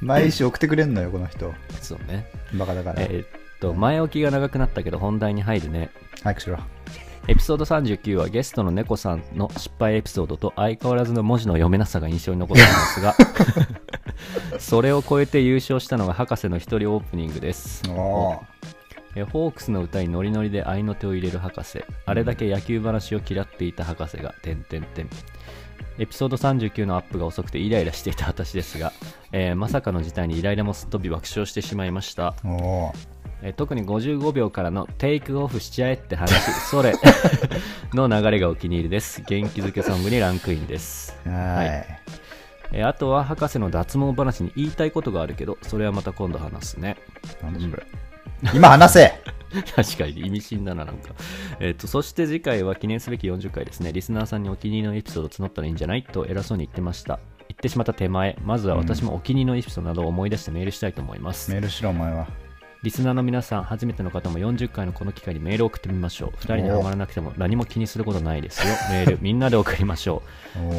毎週送ってくれんのよ、この人。そうね。バカだから。えーっと、前置きが長くなったけど本題に入るね。早くしろ。エピソード39はゲストの猫さんの失敗エピソードと相変わらずの文字の読めなさが印象に残った (laughs) んですがそれを超えて優勝したのが博士の一人オープニングですおーえホークスの歌にノリノリで合いの手を入れる博士あれだけ野球話を嫌っていた博士が「てんてんてん」エピソード39のアップが遅くてイライラしていた私ですが、えーまさかの事態にイライラもすっ飛び爆笑してしまいましたおーえー特に55秒からのテイクオフしちゃえって話、それ (laughs) の流れがお気に入りです。元気づけソングにランクインです。は。はいえーあとは博士の脱毛話に言いたいことがあるけど、それはまた今度話すね。なんだそれ。今話せ確かに意味深だな、なんか。えっ、と、そして次回は記念すべき40回ですね。リスナーさんにお気に入りのエピソード募ったらいいんじゃないと偉そうに言ってました。言ってしまった手前、まずは私もお気に入りのエピソードなどを思い出してメールしたいと思います。メールしろ、お前は。リスナーの皆さん、初めての方も40回のこの機会にメールを送ってみましょう。2人でハマらなくても何も気にすることないですよ。メール、みんなで送りましょ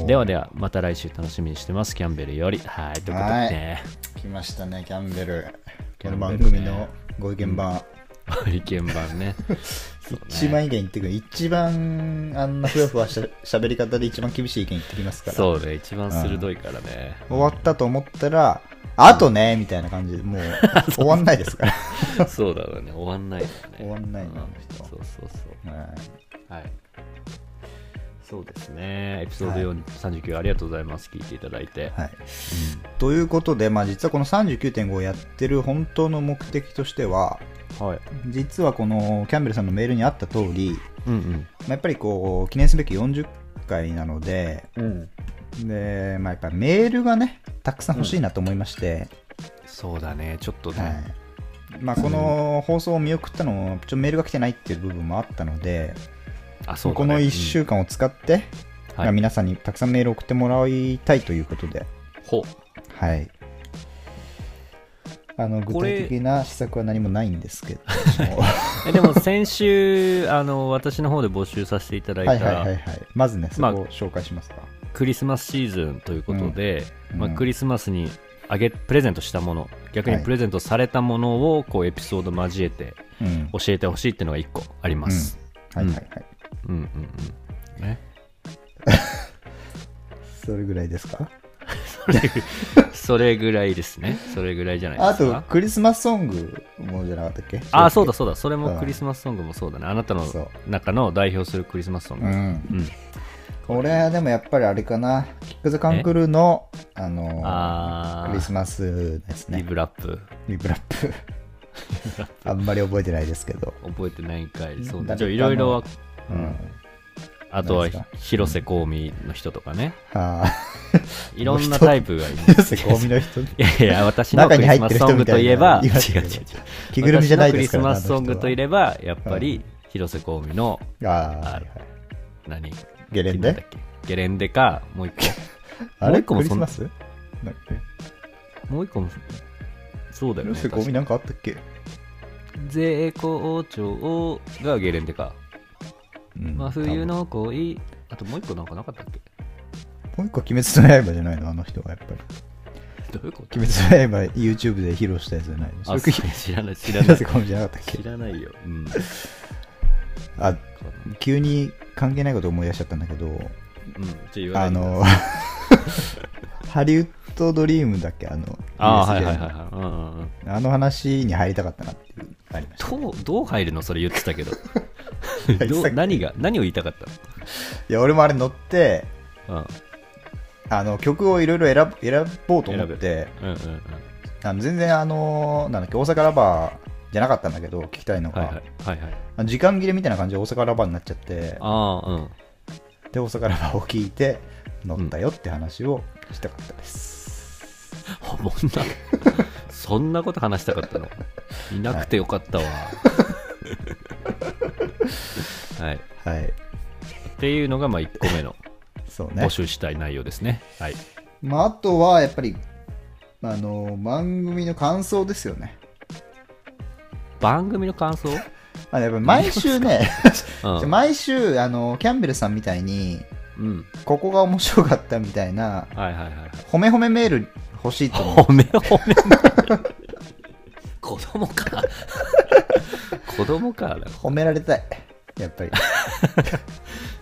う。では、はでは、また来週楽しみにしてます。キャンベルより。はい、ということでね。来ましたね、キャンベル。キこャのンベルね番組のご意見番。 (laughs) 意見番ね。そうね一番意見言ってくる。一番あんなふわふわした喋り方で一番厳しい意見言ってきますから。そうね、一番鋭いからね。終わったと思ったら、あとね、みたいな感じで、もう (laughs) 終わんないですから。そうだろうね、終わんないからね。終わんないなうあの人そうそうそ。はいうはい。そうですね。エピソード39、ありがとうございます。聞いていただいて。はい、ということで、まあ、実はこの39.5をやってる本当の目的としてははい。実はこのキャンベルさんのメールにあった通り、うんまあ、やっぱりこう記念すべき40回なのでうん。うん。で、まあ、やっぱメールがねたくさん欲しいなと思いまして、そうだね、ちょっとね。はいまあ、この放送を見送ったのもちょっとメールが来てないっていう部分もあったので、あ、そうだこね。の1週間を使って、うん、まあはい、皆さんにたくさんメールを送ってもらいたいということで。ほう。はい。あの具これ体的な施策は何もないんです (laughs) けど、えでも先週 (laughs) あの私の方で募集させていただいはいはいはいたはい。まずね、そまあこを紹介しますか。クリスマスシーズンということで、うんまあ、うんクリスマスにあげプレゼントしたもの逆にはいプレゼントされたものをこうエピソード交えてうん。教えてほしいっていうのが1個あります、はいはいはい。うん、うんうん (laughs) ねそれぐらいですかそれぐらいですねそれぐらいじゃないあですとか、クリスマスソングもじゃなかったっけあそうだそそうだそれうんもクリスマスソングもそうだねあなたのそう中の代表するクリスマスソンうグ、ん。うん俺はでもやっぱりあれかな、キック・ザ・カンクルーの、あのあークリスマスですリね。ブラップリブラップ。 (laughs) あんまり覚えてないですけど。覚えてないんかいそう誰かのだじゃあいろいろはうん。あとは何です広瀬香美の人とかね、はあ。いろんなタイプがいる。 (laughs) 広瀬香美の人いやいや、私のクリスマスソングといえば、違中に入ってう違う違る人みたいなう。着ぐるみじゃな私のいクでリすスからマスソングといえば、やっぱうり広瀬香美の、ば。あの人はあー、はいはい、何ゲレなンんだデっけゲレンデか、もう一あもうれ一個クもリそスんマスなんだっけ (laughs) 個、もう一個も、そうだよね。広瀬香確か美なんかあったっけ絶好調がゲレンデか。うん真冬。の恋、あともう一個なんかなかったっけ多分もう一個、鬼滅の刃じゃないのあの人はやっぱり。どういうこと鬼滅の刃 YouTube で披露したやつじゃないのそあれそう広知らない、知 (laughs) らない。瀬香美じゃなかったっけ知らないよ。うん。あ、急に関係ないこと思い出しちゃったんだけど、うん、じゃ言わなあいでください (laughs) の、ハリウッドドリームだっけあの、ああ、はい USJ はいはいはい。うんうんうん。あの話に入りたかったなっていう、ありました。どう、どう入るのそれ言ってたけ (laughs) ど。さどっうき何が、何を言いたかったいや、俺もあれ乗って、のあの曲をいろいろ選ぶ選ぼうと思ってうん。うんうんうん。あの全然あのなんだっけ大阪ラバーじゃなかったんだけど聞きたいのが、はいはい。はいはい。あの時間切れみたいな感じで大阪ラバーになっちゃってああ、うん。で大阪ラバーを聞いて乗ったよって話をしたかったです、おもんな。そんなこと話したかったのいなくてよかったわ。はい。っはいていうのが、まあ、1個目のそうね募、集したい内容ですね。はい。まあ、あとはやっぱりあの番組の感想ですよね (laughs) 番組の感想まあ、やっぱ毎週ね、うん (laughs) 毎週、あの、キャンベルさんみたいに、うん。ここが面白かったみたいな、はいはいはい。褒め褒めメール欲しいと (laughs) 思う。褒め褒め。子供か。子供かだ。褒められたい。やっぱり。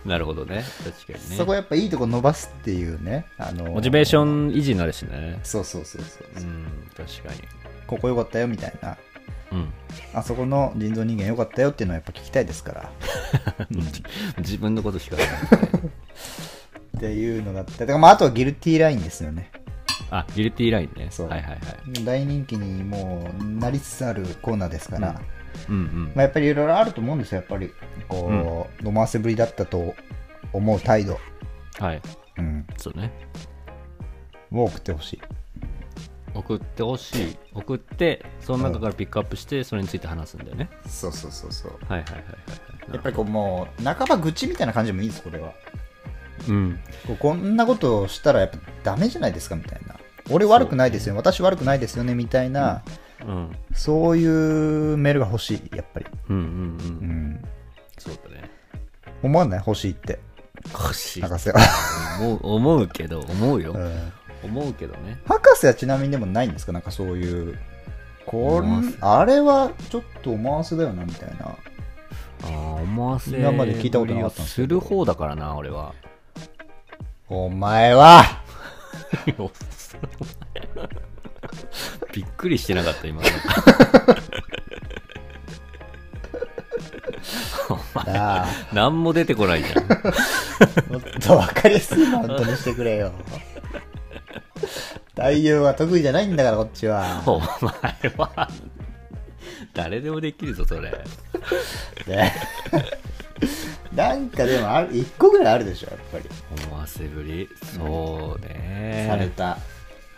なるほどね。確かにね。そこやっぱいいとこ伸ばすっていうね。あのモチベーシン。ョン維持になるしね。そうそうそうそうう。ん、確かに。ここ良かったよみたいな。うん。あそこの人造人間良かったよっていうのはやっぱ聞きたいです (laughs) から。自分のこと (laughs) しか言わない。っていうのだったり。だからまあ、あとはギルティーラインですよね。あ、ギルティーラインね。そうはいはいはい。大人気にもうなりつつあるコーナーですから、うんまうんうんあ、。やっぱりいろいろあると思うんですよ、やっぱり。こう、飲ませぶりだったと思う態度。はい。うん。そうね。を送ってほしい。送ってほしい。送って、その中からピックアップして、それについて話すんだよね。そうそうそうそう。はいはいはいはい。やっぱりこうもう、半ば愚痴みたいな感じでもいいです、これは。うん。こうこんなことをしたらやっぱダメじゃないですか、みたいな。俺悪くないですよね、私悪くないですよね、みたいな、うん。そういうメールが欲しい、やっぱり。うんうんう。うんん。そうだね。思わない欲しいって、欲しい。博士 (laughs) は。思う思うけど、思うよう。ん思うけどね。博士はちなみにでもないんですかなんかそういう。こ思わんせあれはちょっと思わせだよなみたいな。ああ、思わせ今まで聞いたことなかったんですけすどる方だからな、俺 (laughs) は。お前はびっくりしてなかった、今。な (laughs) あ何も出てこないじゃん。もっと分かりやすいマウントにしてくれよ。対応が得意じゃないんだからこっちは。 (laughs) お前は。誰でもできるぞ、それ。ねなんかでもある、一個ぐらいあるでしょ、やっぱり。思わせぶり。そうされね。た。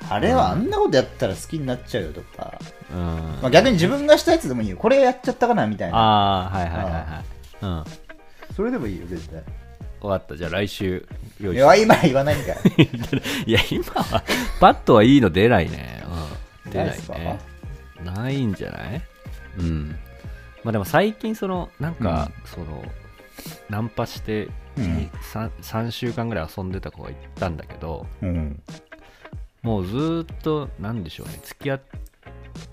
あれはあんなことやったら好きになっちゃうよとか。うん。まあ、逆に自分がしたやつでもいいよ。これやっちゃったかなみたいな。ああ、はいはいはいはい。うん。それでもいいよ、絶対。終わった。じゃあ来週、用い意や、今言わないんかい。 (laughs) いや、今は、パッとはいいの出ないね。うん、出ないなっいすかね。ないんじゃないうん。まあでも最近、その、なんか、その、ナンパして、うん 3, 週間ぐらい遊んでた子がいたんだけど、うん。もうずーっと、なんでしょうね、付き合っ、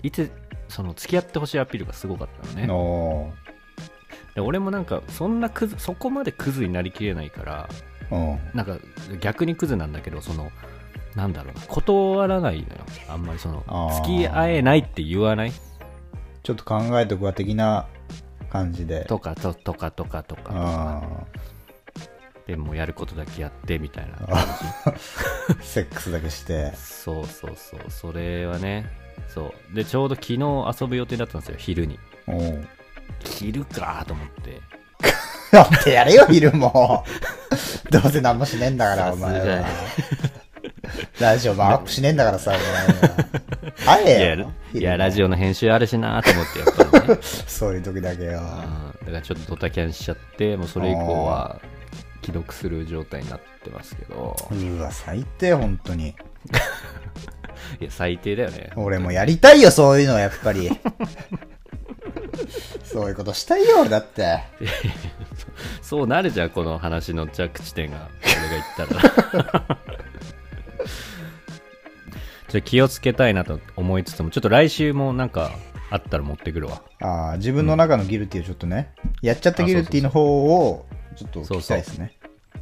いつ、その、付き合ってほしいアピールがすごかったのね。おで俺もなんか、そんなクズ、そこまでクズになりきれないから、ーうん。なんか逆にクズなんだけどそのなんだろうな断らないのよあんまりそのあー付き合えないって言わないちょっと考えとくわ的な感じで。とかととかとかとかとかあでもうやることだけやってみたいなあ。セックスだけして。そうそうそうそれはねそうでちょうど昨日遊ぶ予定だったんですよ昼にお (laughs) うん。昼かーと思ってやってやれよ、昼も。どうせ何もしねえんだから、さおすがに前は。ラジオもアップしねえんだか (laughs) らさ、お前は。あいえやよ。いやラジオ。オの編集あるしなーと思ってやっぱりねそういう時だけよ。うんだからちょっとドタキャンしちゃってもうそれ以降は既読する状態になってますけどうわ、最低、本当に。いや最低だよね俺もやりたいよ、そういうの、やっ (laughs) ぱり。そういうことしたいよ、俺だって。そうなるじゃん、この話の着地点が、俺が言ったら。 (laughs) ちょっと気をつけたいなと思いつつも、ちょっと来週もなんかあったら持ってくるわ。ああ、自分の中のギルティをちょっとね、やっちゃったギルティの方を、ちょっと聞きたいですね。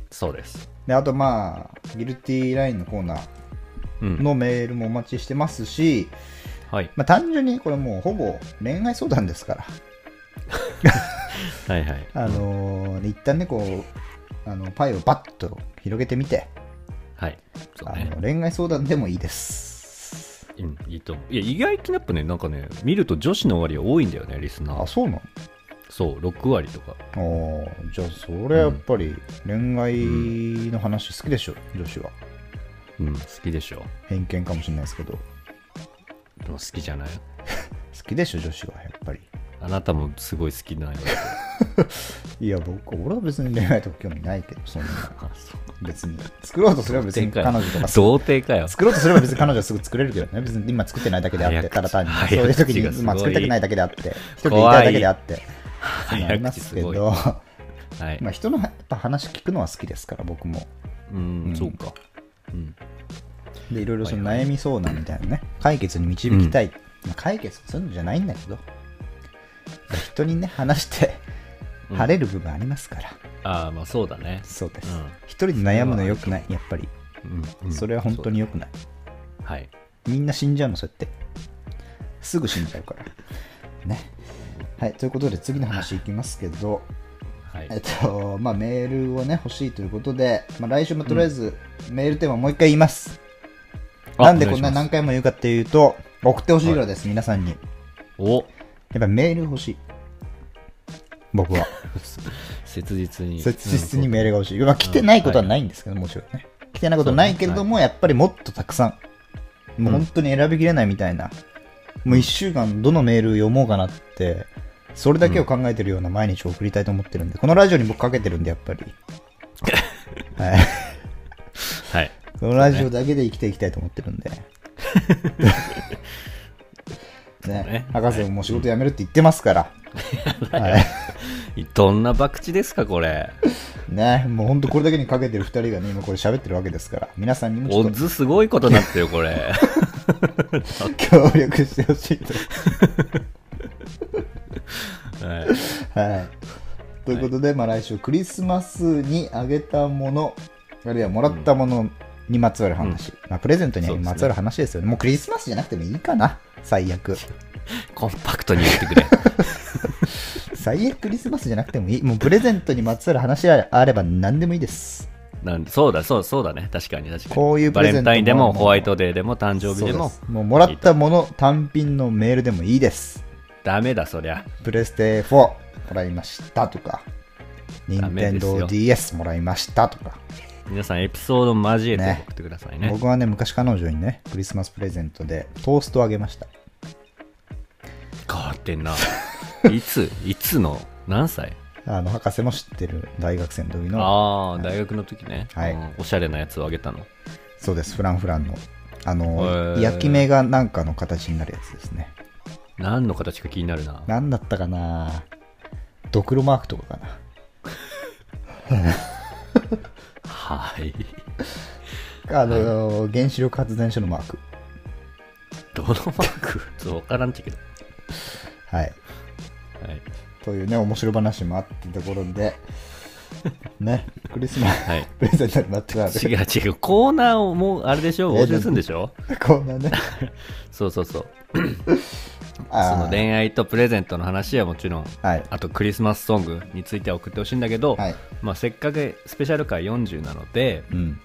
そうです。で、あとまあ、ギルティラインのコーナーうん。のメールもお待ちしてますし、はい。まあ単純にこれもうほぼ恋愛相談ですから、はいはい。あのー一旦ね、こう、あのパイをバッと広げてみて、はい。そうあねの。恋愛相談でもいいです。うん、いいと思う。いや、意外とやっぱね、なんかね、見ると女子の割合多いんだよね、リスナあ、ー。そうなそう、6割とか。のあーじゃあそれはやっぱり恋愛の話好きでしょ、女子は。うん、好きでしょ。偏見かもしれないですけど、好でも好きじゃないきでしょ、女子はやっぱり。あなたもすごい好きなよ。いや、僕、俺は別に恋愛とか興味ないけど、そんな、あそう別に。作ろうとすれ (laughs) ば別に童貞か彼よ女とか、童貞かよ。作ろうとすれば別に彼女はすぐ作れるけどね、別に今作ってないだけであっ早て、口ただ単に、そう早いう時口がに、すごいまあ作りたくないだけであって、一人でいたいだけであって、になりますけ早口すど、はいまあ人のやっぱ話聞くのは好きですから、僕も。うん、うんそうか、うん、で、いろいろそのはいは悩み相談みたいなね、解決に導きたい。まあ解決するんじゃないんだけど、人にね、話して、うん晴れる部分ありますから。ああまあそうだねそうです。うん一人で悩むの良くない、やっぱり。うん、うん、それは本当に良くない。そうだはいみんな死んじゃうの、そうやって。すぐ死んじゃうから。ね。はい、ということで次の話いきますけど、はいえっと、まあメールをね、欲しいということで、まあ来週もとりあえずメールテーマもう一回言います。あなんでこお願いんなします何回も言うかっていうと、送ってほしいからです、皆さんに。やおっぱメール欲しい。僕は。切実に切実にメールが欲しい。まあ来てないことはないんですけど、もちろんね。来てないことはないけれども、やっぱりもっとたくさん。もう本当に選びきれないみたいな。もう1週間どのメール読もうかなって、それだけを考えてるような毎日を送りたいと思ってるんで、このラジオに僕かけてるんで、やっぱ (laughs) り。はい。はいこのラジオだけで生きていきたいと思ってるんで。ねね博士ももう仕事辞めるって言ってます (laughs) から。はい。どんな博打ですかこれね、もう本当これだけにかけてる2人がね、今これ喋ってるわけですから、皆さんにもちオょッっとズすごいことになってるよこ (laughs) れ協力してほしいと。はいはい。ということで、まあ来週クリスマスにあげたもの、あるいはもらったものにまつわる話、まあプレゼントにまつわる話ですよね。もうクリスマスじゃなくてもいいかな、最悪。コンパクトに言ってくれ最悪クリスマスじゃなくてもいい。もうプレゼントにまつわる話があれば何でもいいです。なんでそうだそうそうだね確かに確かにこういうプバレレゼントもンタインでもホワイトデーでも誕生日でそうもすもうもらったもの単品のメールでもいいです。ダメだそりゃプレステ4もらいましたとダか、任メ天ですよ堂 d s もらいましたとか、皆さんエピソードを交えてね送ってくださいね僕はね、昔彼女にね、クリスマスプレゼントでトーストをあげました。変わってん (laughs) ないついつの何歳あの、博士も知ってる大学生の時の、ああ大学の時ね、はいうんおしゃれなやつをあげたのそうです、フランフランの、あへの、ー焼き目がなんかの形になるやつですね。何の形か気になるななんだったかなドクロマークとかかな。はいあの、原子力発電所のマーク。どのマークちょっとわからんちゃけどはい。はいというね、面白話もあってところで、 (laughs) ね、クリスマス、はいプレゼントになってた違う違うコーナーをもうあれでしょ募集するんでしょ (laughs) こんなね、そうそうそうあ (laughs) ーその恋愛とプレゼントの話はもちろんはい。あとクリスマスソングについては送ってほしいんだけど、はい。まあ、せっかくスペシャル回40なのでうん。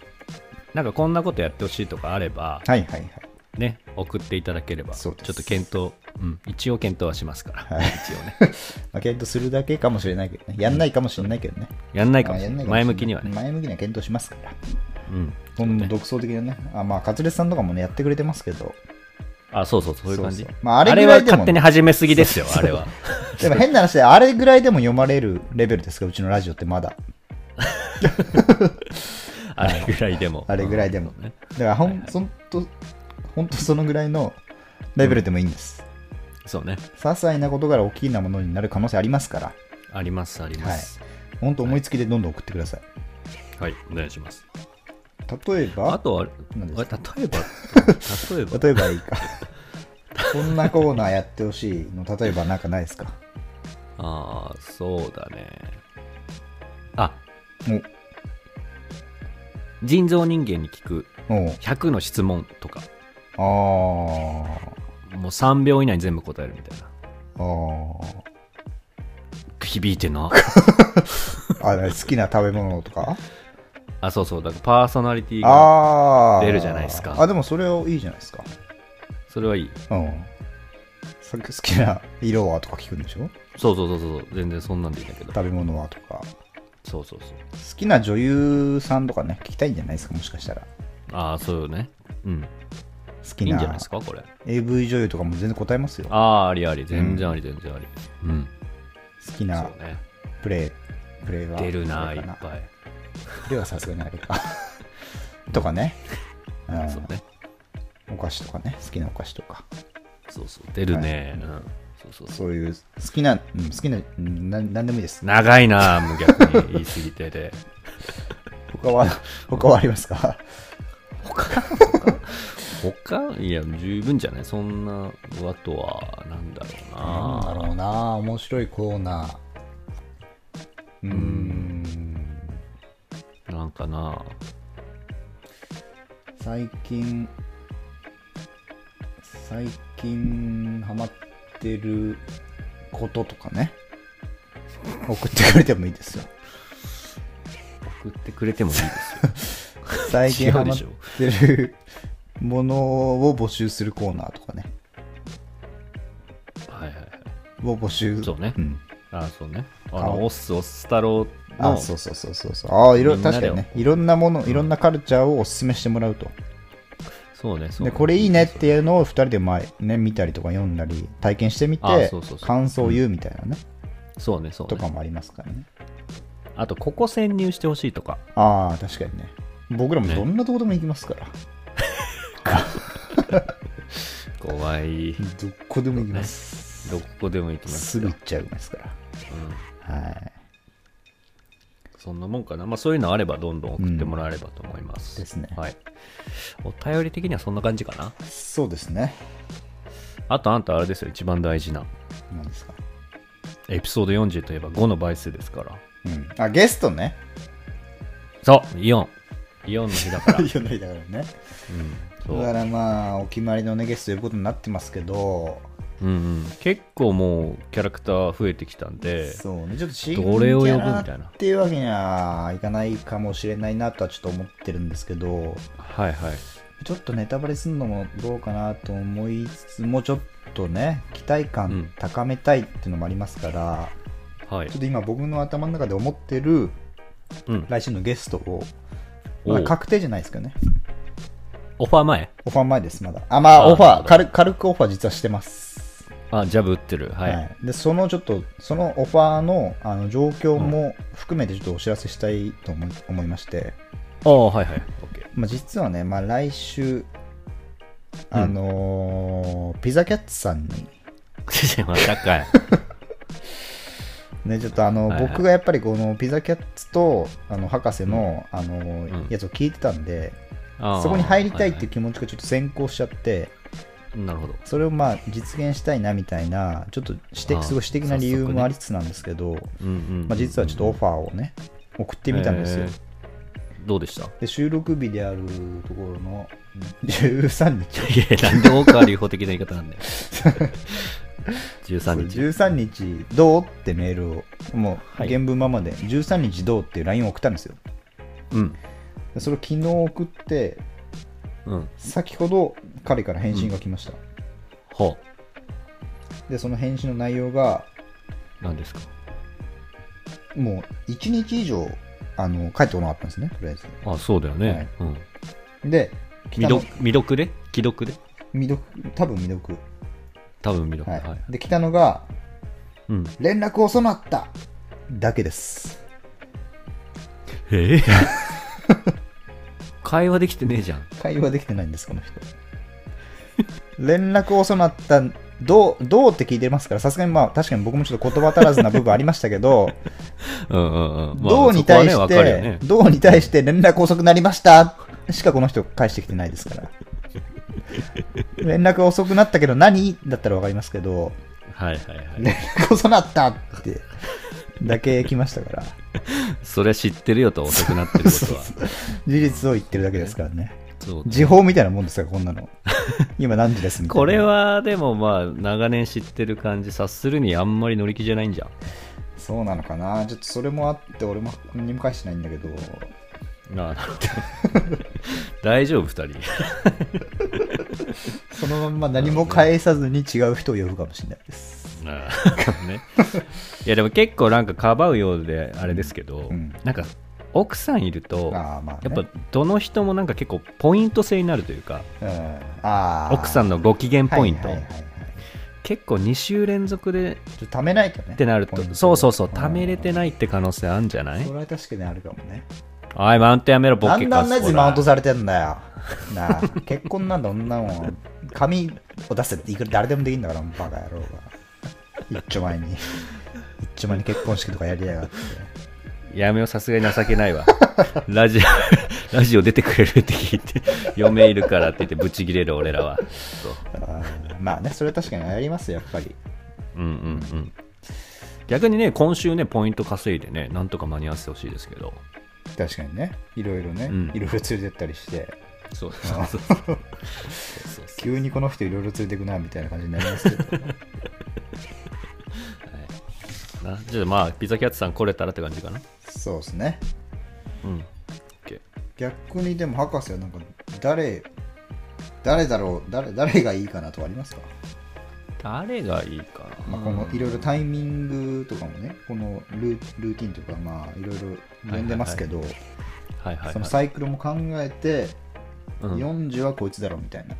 なんかこんなことやってほしいとかあれば、はいはいはい。ね、送っていただければちそょうっですと検討、うん、一応検討はしますから、はい一応ねまあ、検討するだけかもしれないけどね。やんないかもしれないけどね。やんないか (laughs) まもあしれやないんないかもしれない前向きにはね、前向きには検討しますから。うん、ほんの独創的なね。あ、まあ、カツレツさんとかもね、やってくれてますけど。あそうそうそういう感じそうそうまあ、ああれれぐらはいでも勝手にね、始めすぎですよあ (laughs) れはでも変な話で、あれぐらいでも読まれるレベルですか、うちのラジオってまだ。あれぐらいでもあれぐらいでもうんねだからほはいん、はいほんと、ほんとそのぐらいのレベルでもいいんです。そうね些細なことから大きなものになる可能性ありますから、ありますありますほんと思いつきでどんどん送ってください。はい、お願いします例えあば、とは何ですかあれ例えば例えば (laughs) 例えばいいか。こんなコーナーやってほしいの、例えばなんかないですかああそうだねあ人造人間に聞くおおう100の質問とかあもう3秒以内に全部答えるみたいなーあ響いて (laughs) なーあ好きな食べ物とかあそうそうだからパーソナリティがああ出るじゃないですかあでもそれをいいじゃないですかそれはいいうんさっき好きな色はとか聞くんでしょそうそうそうそう全然そんなんでいいんだけど食べ物はとかそうそうそう好きな女優さんとかね聞きたいんじゃないですかもしかしたらああそうよねうん好いきいんじゃないなですかこれ AV 女優とかも全然答えますよあ好あありあり全然あり全然ありうん、きそなうねプレイプレイは出るなあいれっかぱいプレイはさすがにあれか (laughs) とかね、うんそうねお菓子とかね好きなお菓子とかそうそう出るね、うんそうそうそうそういう好きな、うん好きな、うんなんなんでもいいです。長いなもう逆に (laughs) 言い過ぎてで他は、 (laughs) 他はありますか他いや十分じゃないそんなあとはなんだろうなんだなろうな面白いコーナー。うーん。なんかな最近、最近ハマってることとかね。送ってくれてもいいですよ。送ってくれてもいいです最近ハ違うでマっしょてるものを募集するコーナーとかね。よはいはいはいを募集。そうねんあそうねあ顔のオッスオッス太郎あのそうそうそうそうそうああいろみんなで確かにねいろんなものいろんなカルチャーをおすすめしてもらうと、そうねそうでこれいいねっていうのを2人で前、ね、見たりとか読んだり体験してみてあそうそうそう感想を言うみたいなね、そうねそうとかねもありますからねあとここ潜入してほしいとかああ確かにね僕らもねどんなとこでも行きますから、怖いどこでも行きねます、どこでも行きますすぐ行っちゃいますからうんはいそんなもんかな。まあそういうのあればどんどん送ってもらえればと思います。うんですねはい。お便り的にはそんな感じかな。そうですねあとあんたあれですよ、一番大事な。何ですかエピソード40といえば5の倍数ですから。うんあゲストねそう、イオン。イオンの日 (laughs) だから。うん。読んでいたからねそだかう。らまあお決まりのねゲストということになってますけどうんうん。結構もうキャラクター増えてきたんで、そうね、ちょっと新どれを呼ぶみたいなキャラっていうわけにはいかないかもしれないなとはちょっと思ってるんですけど、はいはい。ちょっとネタバレするのもどうかなと思いつつも、ちょっとね、期待うん感高めたいっていうのもありますから、はいちょ。っと今僕の頭の中で思ってるうん。来週のゲストを、おまだう確定じゃないですけどね。オファー前オファー前です、まだ。あ、まあ、あーオフなるァほーど軽く、軽くオファー実はしてます。あ、ジャブ打ってる。はい。はい、でそのちょっとそのオファーのあの状況も含めてちょっとお知らせしたいと思い思いまして、ああ、はいはい。オッケー。まあ、実はね、まあ、来週あのーピザキャッツさんに (laughs) またかい。ねちょっとあの、はいはい僕がやっぱりこのピザキャッツとあの博士の、あのーうんやつを聞いてたんで、あー (laughs) そこに入りたいっていうは気持ちがちょっと先行しちゃって、いはいなるほど。それをまあ実現したいなみたいなちょっとしてあーすごい私的な理早由速ねもありつつなんですけど、うんうんうんうんまあ、実はちょっとオファーをね送ってみたんですえよ、ーどうでしたで収録日であるところの13日いや、 (laughs) なんで大川流法的な言い方なんだよ。13日。 13日どうってメールをもはうい原文ままで13日どうっていう LINE を送ったんですようん。でそれを昨日送ってうん。先ほど彼から返信が来ました、ほでその返信の内容がう。なんですかもう1日以上あの帰ってこなかったんですねとりあえずあ、そうだよね。はいうん。で来未たの読、未読で既読で未読多分未読、多分未読。ははいい。で来たのがうん。連絡遅なっただけですえ (laughs) え会話できてねえじゃん。会話できてないんです、この人。連絡遅なった、どう、どうって聞いてますから、さすがにまあ、確かに僕もちょっと言葉足らずな部分ありましたけど、うんうん (laughs) うん。まあどうに対そこはねして、わかるよねどうに対して連絡遅くなりましたしかこの人返してきてないですから。連絡遅くなったけど何だったらわかりますけど、はいはいはい。連絡遅なったって、だけ来ましたから、それは知ってるよと遅くなって (laughs) ることは。事実を言ってるだけですからね。そうね時報みたいなもんですから、こんなの。今何時ですみたいな。これはでもまあ長年知ってる感じ察するにあんまり乗り気じゃないんじゃんそうなのかなちょっとそれもあって俺も何も返してないんだけどああなるほど大丈夫2人そのまんま何も返さずに違う人を呼ぶかもしれないですああね、いやでも結構なんかかばうようであれですけど、うんなんか奥さんいるとやああまあ、っね、ぱどの人もなんか結構ポイント制になるというかうん、ああ奥さんのご機嫌ポイント、はいはいはいはい結構2週連続でちょっと貯めないとねってなるポイとントをそうそうそううん貯めれてないって可能性あるんじゃないそれは確かにあるかもねおいマウントやめろボなケんであかんすなやつほにらマウントされてんだよなあ結婚なんだ女もん紙を出せっていくら誰でもできるんだからバカ野郎が一丁前に。一丁前に結婚式とかやりやがって。やめよう、さすがに情けないわ。 (laughs) ラジオ、 (laughs) ラジオ出てくれるって聞いて、 (laughs) 嫁いるからって言って、ぶち切れる俺らは。そうあーまあね、それは確かにやりますよ、やっぱり。うんうんうん。逆にね、今週ね、ポイント稼いでね、なんとか間に合わせてほしいですけど。確かにね。いろいろね、うんいろいろ連れてったりして、 (laughs) そうそうそうそう。そうそうそう急にこの人いろいろ連れてくな、みたいな感じになります (laughs) けど。なちょっとまあ、ピザキャッツさん来れたらって感じかな。そうですね。うん。OK 逆にでも博士はなんか誰誰だろう誰誰がいいかなとかありますか、誰がいいかな。まあ、このいろいろタイミングとかもねこのルールーティンとかまあいろいろ呼んでますけど、はいはい、そのはい。サイクルも考えて、うん40はこいつだろうみたいな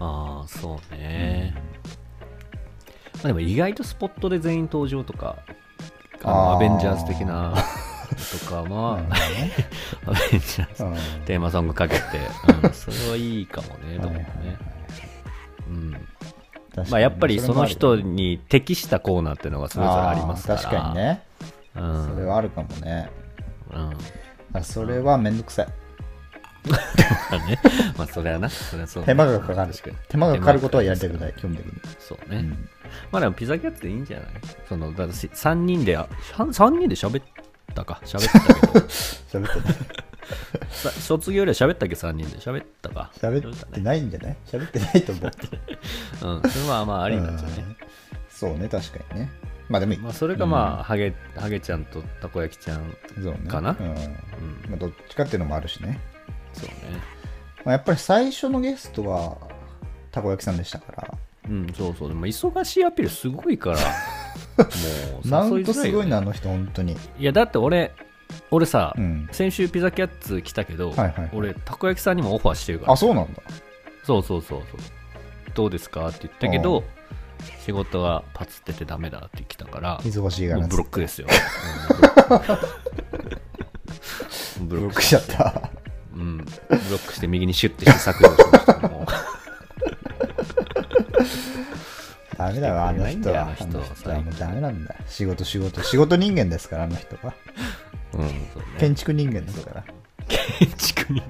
ああそうね、まあ、でも意外とスポットで全員登場とかあのあーアベンジャーズ的 (laughs) なとかは、なるほどねアベンジャーズうんテーマソングかけて、うんそれはいいかもねと思うね、うん確か (laughs) にまあ、やっぱりその人れもに適したコーナーっていうのがそれぞれありますからあー確かに、ねうんそれはあるかもね、うんあそれはめんどくさいまあねまあそれはなそれはそう手間がかかる確かに手間がかかることはやりたくない基本的に、そううね、 (laughs) ん、まあでもピザキャッツでいいんじゃないそのだって3人であ三三人で喋ったか喋っ (laughs) たけど喋ってないさ卒業よりは喋ったっけ3人で喋ったか喋ってないんじゃない喋ってないと思ううんそれはまあありなんじゃないうんそうね、確かにね。まあでもいい、まあそれかまあ、ハゲハゲちゃんとたこ焼きちゃんそうねかなうんうんまあ、どっちかっていうのもあるしね。そうねまあ、やっぱり最初のゲストは、たこ焼きさんでしたから、うんそうそうでも忙しいアピールすごいから (laughs) マもうウ誘いントづらすいごよ、いな、あね、の人、本当に。いやだって俺俺さ、うん。先週ピザキャッツ来たけど、はいはい俺たこ焼きさんにもオファーしてるからあ、そうなんだ。そうそうそうそうどうですかって言ったけうどん仕事がパツっててダメだって来たから忙しいがもらうブロックですよ。うんブブロロ (laughs) ッッククししちゃった。うん、ブロックして右にシュッてして削除しましたもうダメだわ、あの人は。来てくれないんだよあの人ははもうダメなんだ。仕事、仕事、仕事人間ですから、あの人は。うん、そうね建。築人間ですから。建築人間。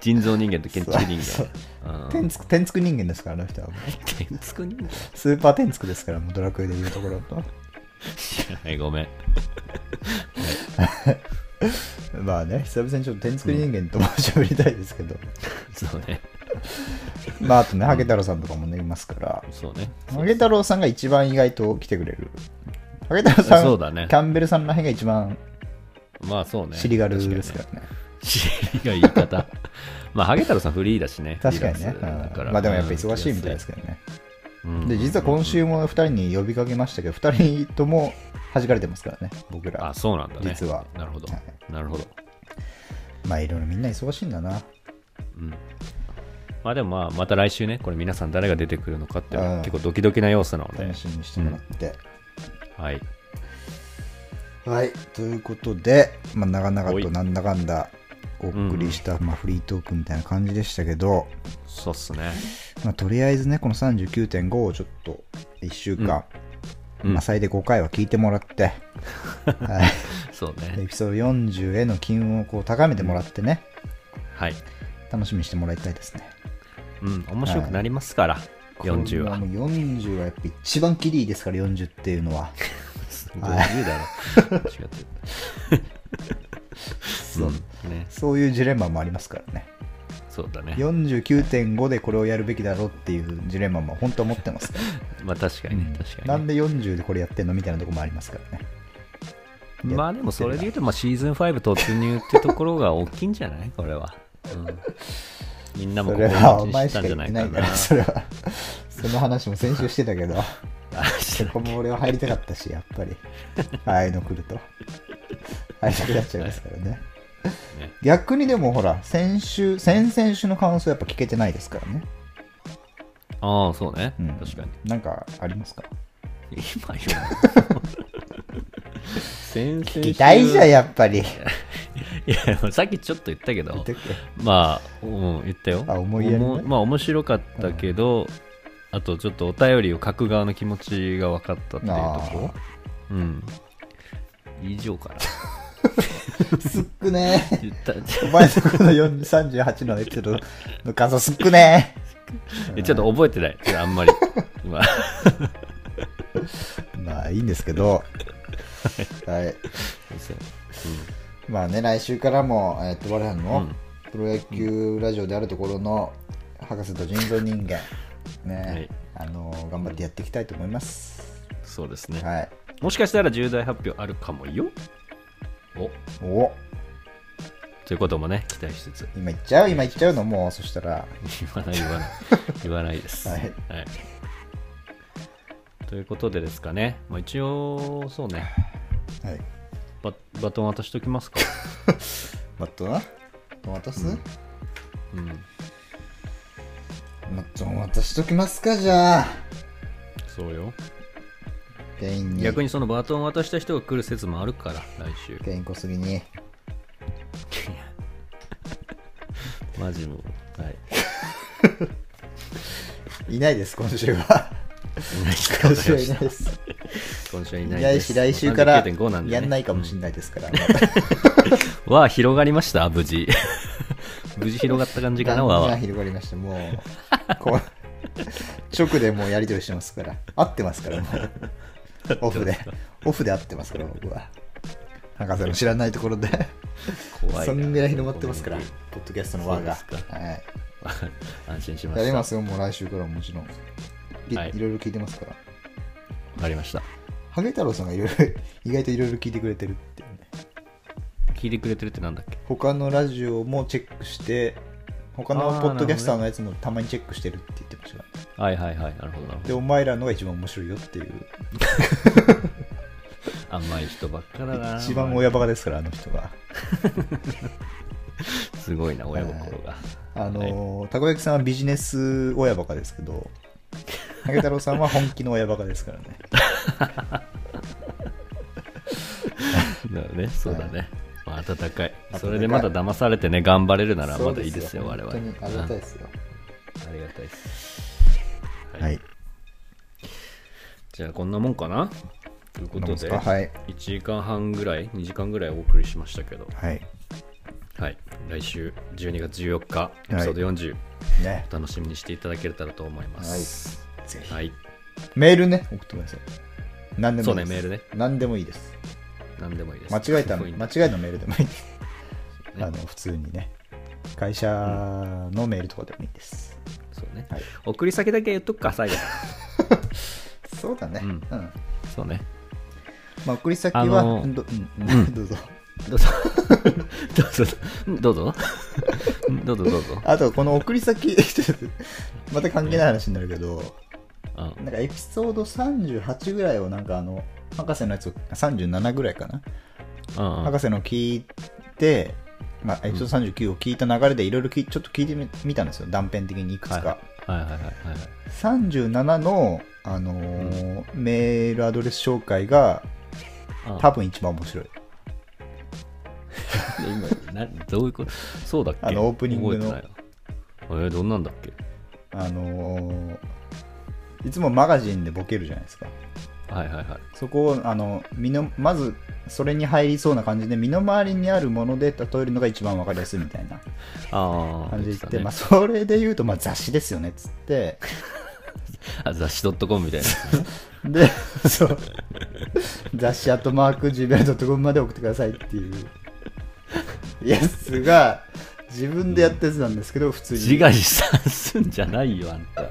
人造人間と建築そ人う間。うん天竺、天竺人間ですから、あの人はもう。建築人間スーパー天竺ですから、もうドラクエでいうところと。知らない、ごめん。まあね、久々にちょっと天竺人間とも喋りたいですけど、そうね。まああとね、ハゲ太郎さんとかもね、いますから、そうね。ハゲ太郎さんが一番意外と来てくれる。ハゲ太郎さん、そうだねキャンベルさんらへんが一番まあそうね。尻軽ですからね。シリが言い方。 (laughs) まあ、ハゲ太郎さんフリーだしね。確かにねフリーランスだかうらんまあでもやっぱ忙しいみたいですけどね。うんで、実は今週も2人に呼びかけましたけど、2人とも弾かれてますからね、僕ら。あ、そうなんだね。実はなるほどは。なるほど。まあいろいろみんな忙しいんだな。うんまあでもまあまた来週ね、これ皆さん誰が出てくるのかっていうのはうん結構ドキドキな要素なので楽、しみにしてもらって。はい、はい、ということで、まあ、長々となんだかんだお送りした、まあ、フリートークみたいな感じでしたけど、そうっすね。まあ、とりあえずねこの39.5をちょっと1週間、うんまあ、最大5回は聞いてもらって、 (laughs) はいそうでね。エピソード40への機運をこう高めてもらってねはい。楽しみにしてもらいたいですねうん、面白くなりますから、40こは。れもう40はやっぱ一番キリいいですから40っていうのは (laughs) 50だろ。間違ってそう,、る。ね、そういうジレンマもありますか (laughs) らねそうだね。 49.5でこれをやるべきだろうっていうジレンマも本当は持ってますからまあ確かにね、 (laughs) 確なかにんで40でこれやってんのみたいなとこもありますからね。ね。まあでもそれで言うと、まあシーズン5突入ってところが大きいんじゃないこれは。うんみんなもそここれをはお知っ前したかんじゃ言ないってかないから、 (laughs) な。それは。その話も先週してたけど、あしてそこも俺は入りたかったし、やっぱり。ああいうの来ると。入りたくなっちゃいますからね。ね逆にでもほら、先週、先々週の感想やっぱ聞けてないですからね。 (laughs) ああ、そうねうん。確 (laughs) かに。なんかありますか今言う先聞きたいじゃん、やっぱ (laughs) り。いやさっきちょっと言ったけ言っどてっけまあ、うん、言ったよあ思いやりねおもまあ面白かったけど、あとちょっとお便りを書く側の気持ちが分かったっていうとこうん以上かなすっくねー。言っ (laughs) たお前のこの4 38のエピソードの感想すっくねえちょっと覚えてないちょっとあんまり (laughs) 今ー。まあいいんですけど。はい。まあね、来週からも、えっと、我らのプロ野球ラジオであるところの、博士と人造人間、ね、あのー、頑張ってやっていきたいと思います。そうですね、はい。もしかしたら重大発表あるかもよおおということもね期待しつつ今言っちゃう今言っちゃうのもう、そしたら、言わない言 (laughs) わない言わないです、はいということでですかね、まあ、一応そうねはい。ババトン渡しときますか、バットなバット渡す、うん、バット渡しときますか、じゃあ。そうよ店員に。逆に。にそのバトン渡した人が来る説もあるから来週店員小杉に。マジもうはいいないです、今週は。今週はいないです。今週はいいないなでいすし、来週から39.5なんでねやんないかもしれないですから。わあ広がりました無事無事広がった感じかなわあがは広がりまして、もう、こう、直でもうやり取りしてますから、合ってますから、もう。オフで、オフで合ってますから、僕は。博士の知らないところで、怖いそんぐらい広まってますからこ、ポッドキャストの輪が。そうですはい。の辺安心しましやりたますよ、もう来週からもちろん。いはいいろいろ聞いてますから。わかりましたハゲ太郎さんがいろいろ、 (laughs) 意外といろいろ聞いてくれてるっていうね。聞いてくれてるってなんだっけ他のラジオもチェックして他あのーポッドキャスターのやつのたまにチェックしてるって言ってましたからはいはいはいなるほどなるほでどお前らのが一番面白いよっていう甘い人ばっかだな一番親バカですからあの人がすごいな親心があのはいーたこ焼きさんはビジネス親バカですけど竹太郎さんは本気の親バカですからねだね、そうだね。まあ、温かい。いそれでまだ騙されてね、頑張れ (laughs) るならまだいいですよ、そう我々。本当にありがたいですようんありがたいです。ははいいじゃあ、こんなもんかなというここんなもとんすで、かはい1時間半ぐらい、2時間ぐらいお送りしましたけど、はいはい、来週12月14日、エピソード40、ねお楽しみにしていただけたらと思います。ぜひはい、メールね送ってください何でもそいういね、ですメールね、何でもいいです何でもいいです。間違えたこのういう間の違いのメールでもいいです、ねあの普通にね会社のメールとかでもいいです、そうねはい。送り先だけ言っとくか、最後。そうだねううんん、そうね。まあ送り先は、あのーどうんううん (laughs) ん、どうぞどうぞ。どうぞ。どうぞ。どうぞ、どうぞ。あとこの送り先 (laughs) ちょっとまた関係ない話になるけど、うんなんかエピソード38ぐらいをなんかあの博士のやつを37ぐらいかな、うんうん博士の聞いてまあ、エピソード39を聞いた流れでいろいろきちょっと聞いてみ見たんですよ断片的にいくつか、はいはいはいはいはいはい。 37の、あのーメールアドレス紹介がああ多分一番面白い今などういうことそうだっけあのオープニングの覚えてないわえー、どんなんだっけあのーいつもマガジンでボケるじゃないですかはいはいはい。そこをあの身のまずそれに入りそうな感じで身の回りにあるもので例えるのが一番わかりやすいみたいなああ、感じで言って、言まあ、ってそれで言うと、まあ、雑誌ですよねっつってたねあ雑誌 .com みたいな。で (laughs) そう雑誌アットマーク Gmail.com まで送ってくださいっていうやつが自分でやったやつなんですけど、普通自に画自賛すんじゃないよ、あんた。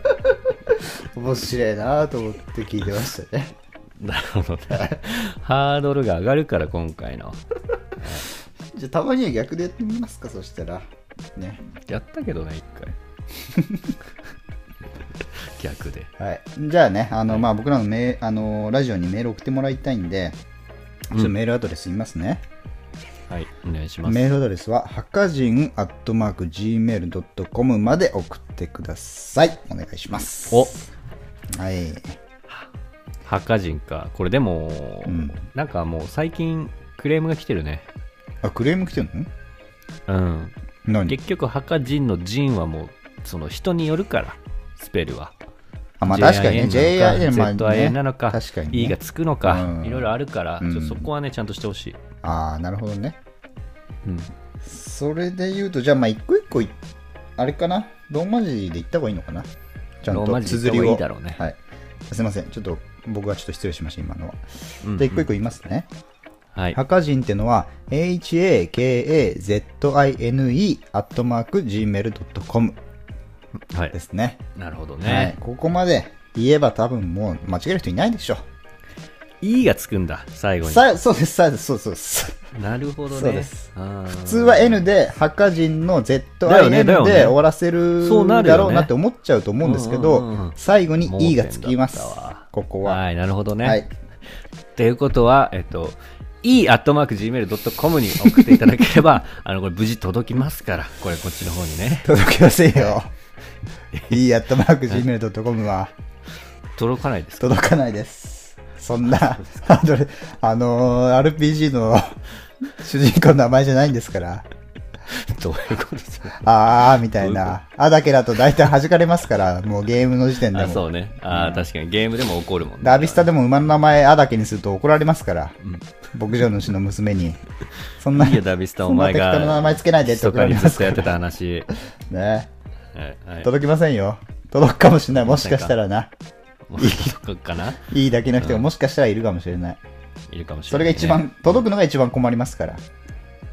面白いなと思って聞いてましたねなるほどね。ハードルが上がるから、今回の。じゃあたまには逆でやってみますかそしたらねやったけどね、一回。逆で。はい、じゃあね、あのまあ、僕らのメあのラジオにメール送ってもらいたいんで、ちょっとメールアドレス言いますね。はい、お願いします。メールアドレスは、はかじん、アットマーク、gmail.com まで送ってください。お願いします。おはい。ハカ人か。これでも、うんなんかもう最近クレームが来てるね。あ、クレーム来てるのうん。何結局、ハカ人の人はもう、その人によるから、スペルは。あまあ確かにね JIN ま JIN なあのか ZIN ねなのか確かにね E がつくのかうんいろいろあるからちょっとうんそこはねちゃんとしてほしいああなるほどねうんそれで言うとじゃあまあ一個一個いあれかなローマ字で言った方がいいのかなちゃんローマと字で綴りを言った方がいいだろうねはい、すいませんちょっと僕はちょっと失礼しました今のはうんじゃあ一個一個言いますね、はいハカジンってのは hakazine アットマーク gmail.com はでいすねなるほどはいね、ここまで言えば多分もう間違える人いないでしょ E がつくんだ最後にさそうですさそうそうそうなるほどねそうです普普通は N で、ハカジンの ZIN だよねだよねで終わらせるそうなるよねだろうなって思っちゃうと思うんですけうんうんうんど、最後に E がつきます盲点だったわ。ここは。はいなるほどね、はい。っていうことは、えっと、e.gmail.com に送っていただけれ (laughs) ば、あの、これ無事届きますから、これこっちの方にね。届きませんよ。E アットマーク Gmail.com は届かない (laughs) ですか届かないです。そんな、ハードル、あのー RPG の (laughs) 主人公の名前じゃないんですから、どういうことですかあーみたいな、あだけだと大体弾かれますから、もうゲームの時点であも。そうね。あー確かにゲームでも起こるもんね。ダビスタでも馬の名前あだけにすると怒られますから、ん牧場主の娘に。そん (laughs) な、いいよ、ダビスタ、お前が。そんな適当な名前つけないでって密怒らかにれまずっすとかやらってた (laughs) 話。ね。はい。はい、届きませんよ。届くかもしれない。もしかしたらな。もう届くかないいだけの人がもしかしたらいるかもしれない。いるかもしそれなれい、が一。番、届くのが一番困りますから。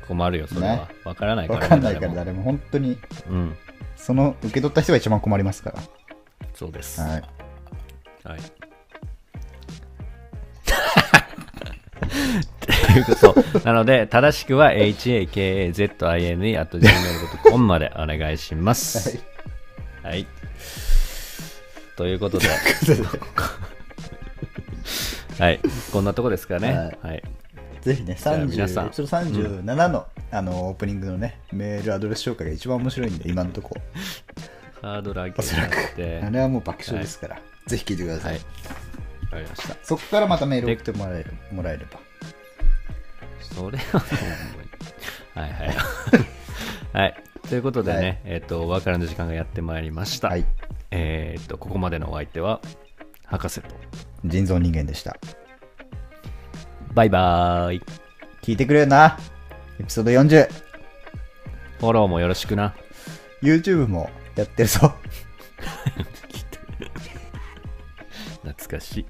困るよ、それねは。わからないから、わかんないから誰誰も、本当に、もうん。その受け取った人が一番困りますから。そうです。はい。はい。ということ。なので、正しくは hakazine.gmail.com までお願いします。はい。ということで。 (laughs) はい。こんなとこですかね。はい。ぜひね、ゃあ皆さん30それ37の、あの、オープニングのね、メールアドレス紹介が一番面白いんで、今の (laughs) とこ。ハードル上げちゃって。あれはもう爆笑ですから。ぜひ聞いてくださ。はいい。わかりました。そこからまたメール送ってもらえるもらえれば。それはもう、はい (laughs) はい。はい。ということでね、はえっ、と、お別れの時間がやってまいりました。はい。えっ、と、ここまでのお相手は、博士と。人造人間でした。バイバーイ。聞いてくれよな。エピソード40。フォローもよろしくな。 YouTube もやってるぞ。懐かしい。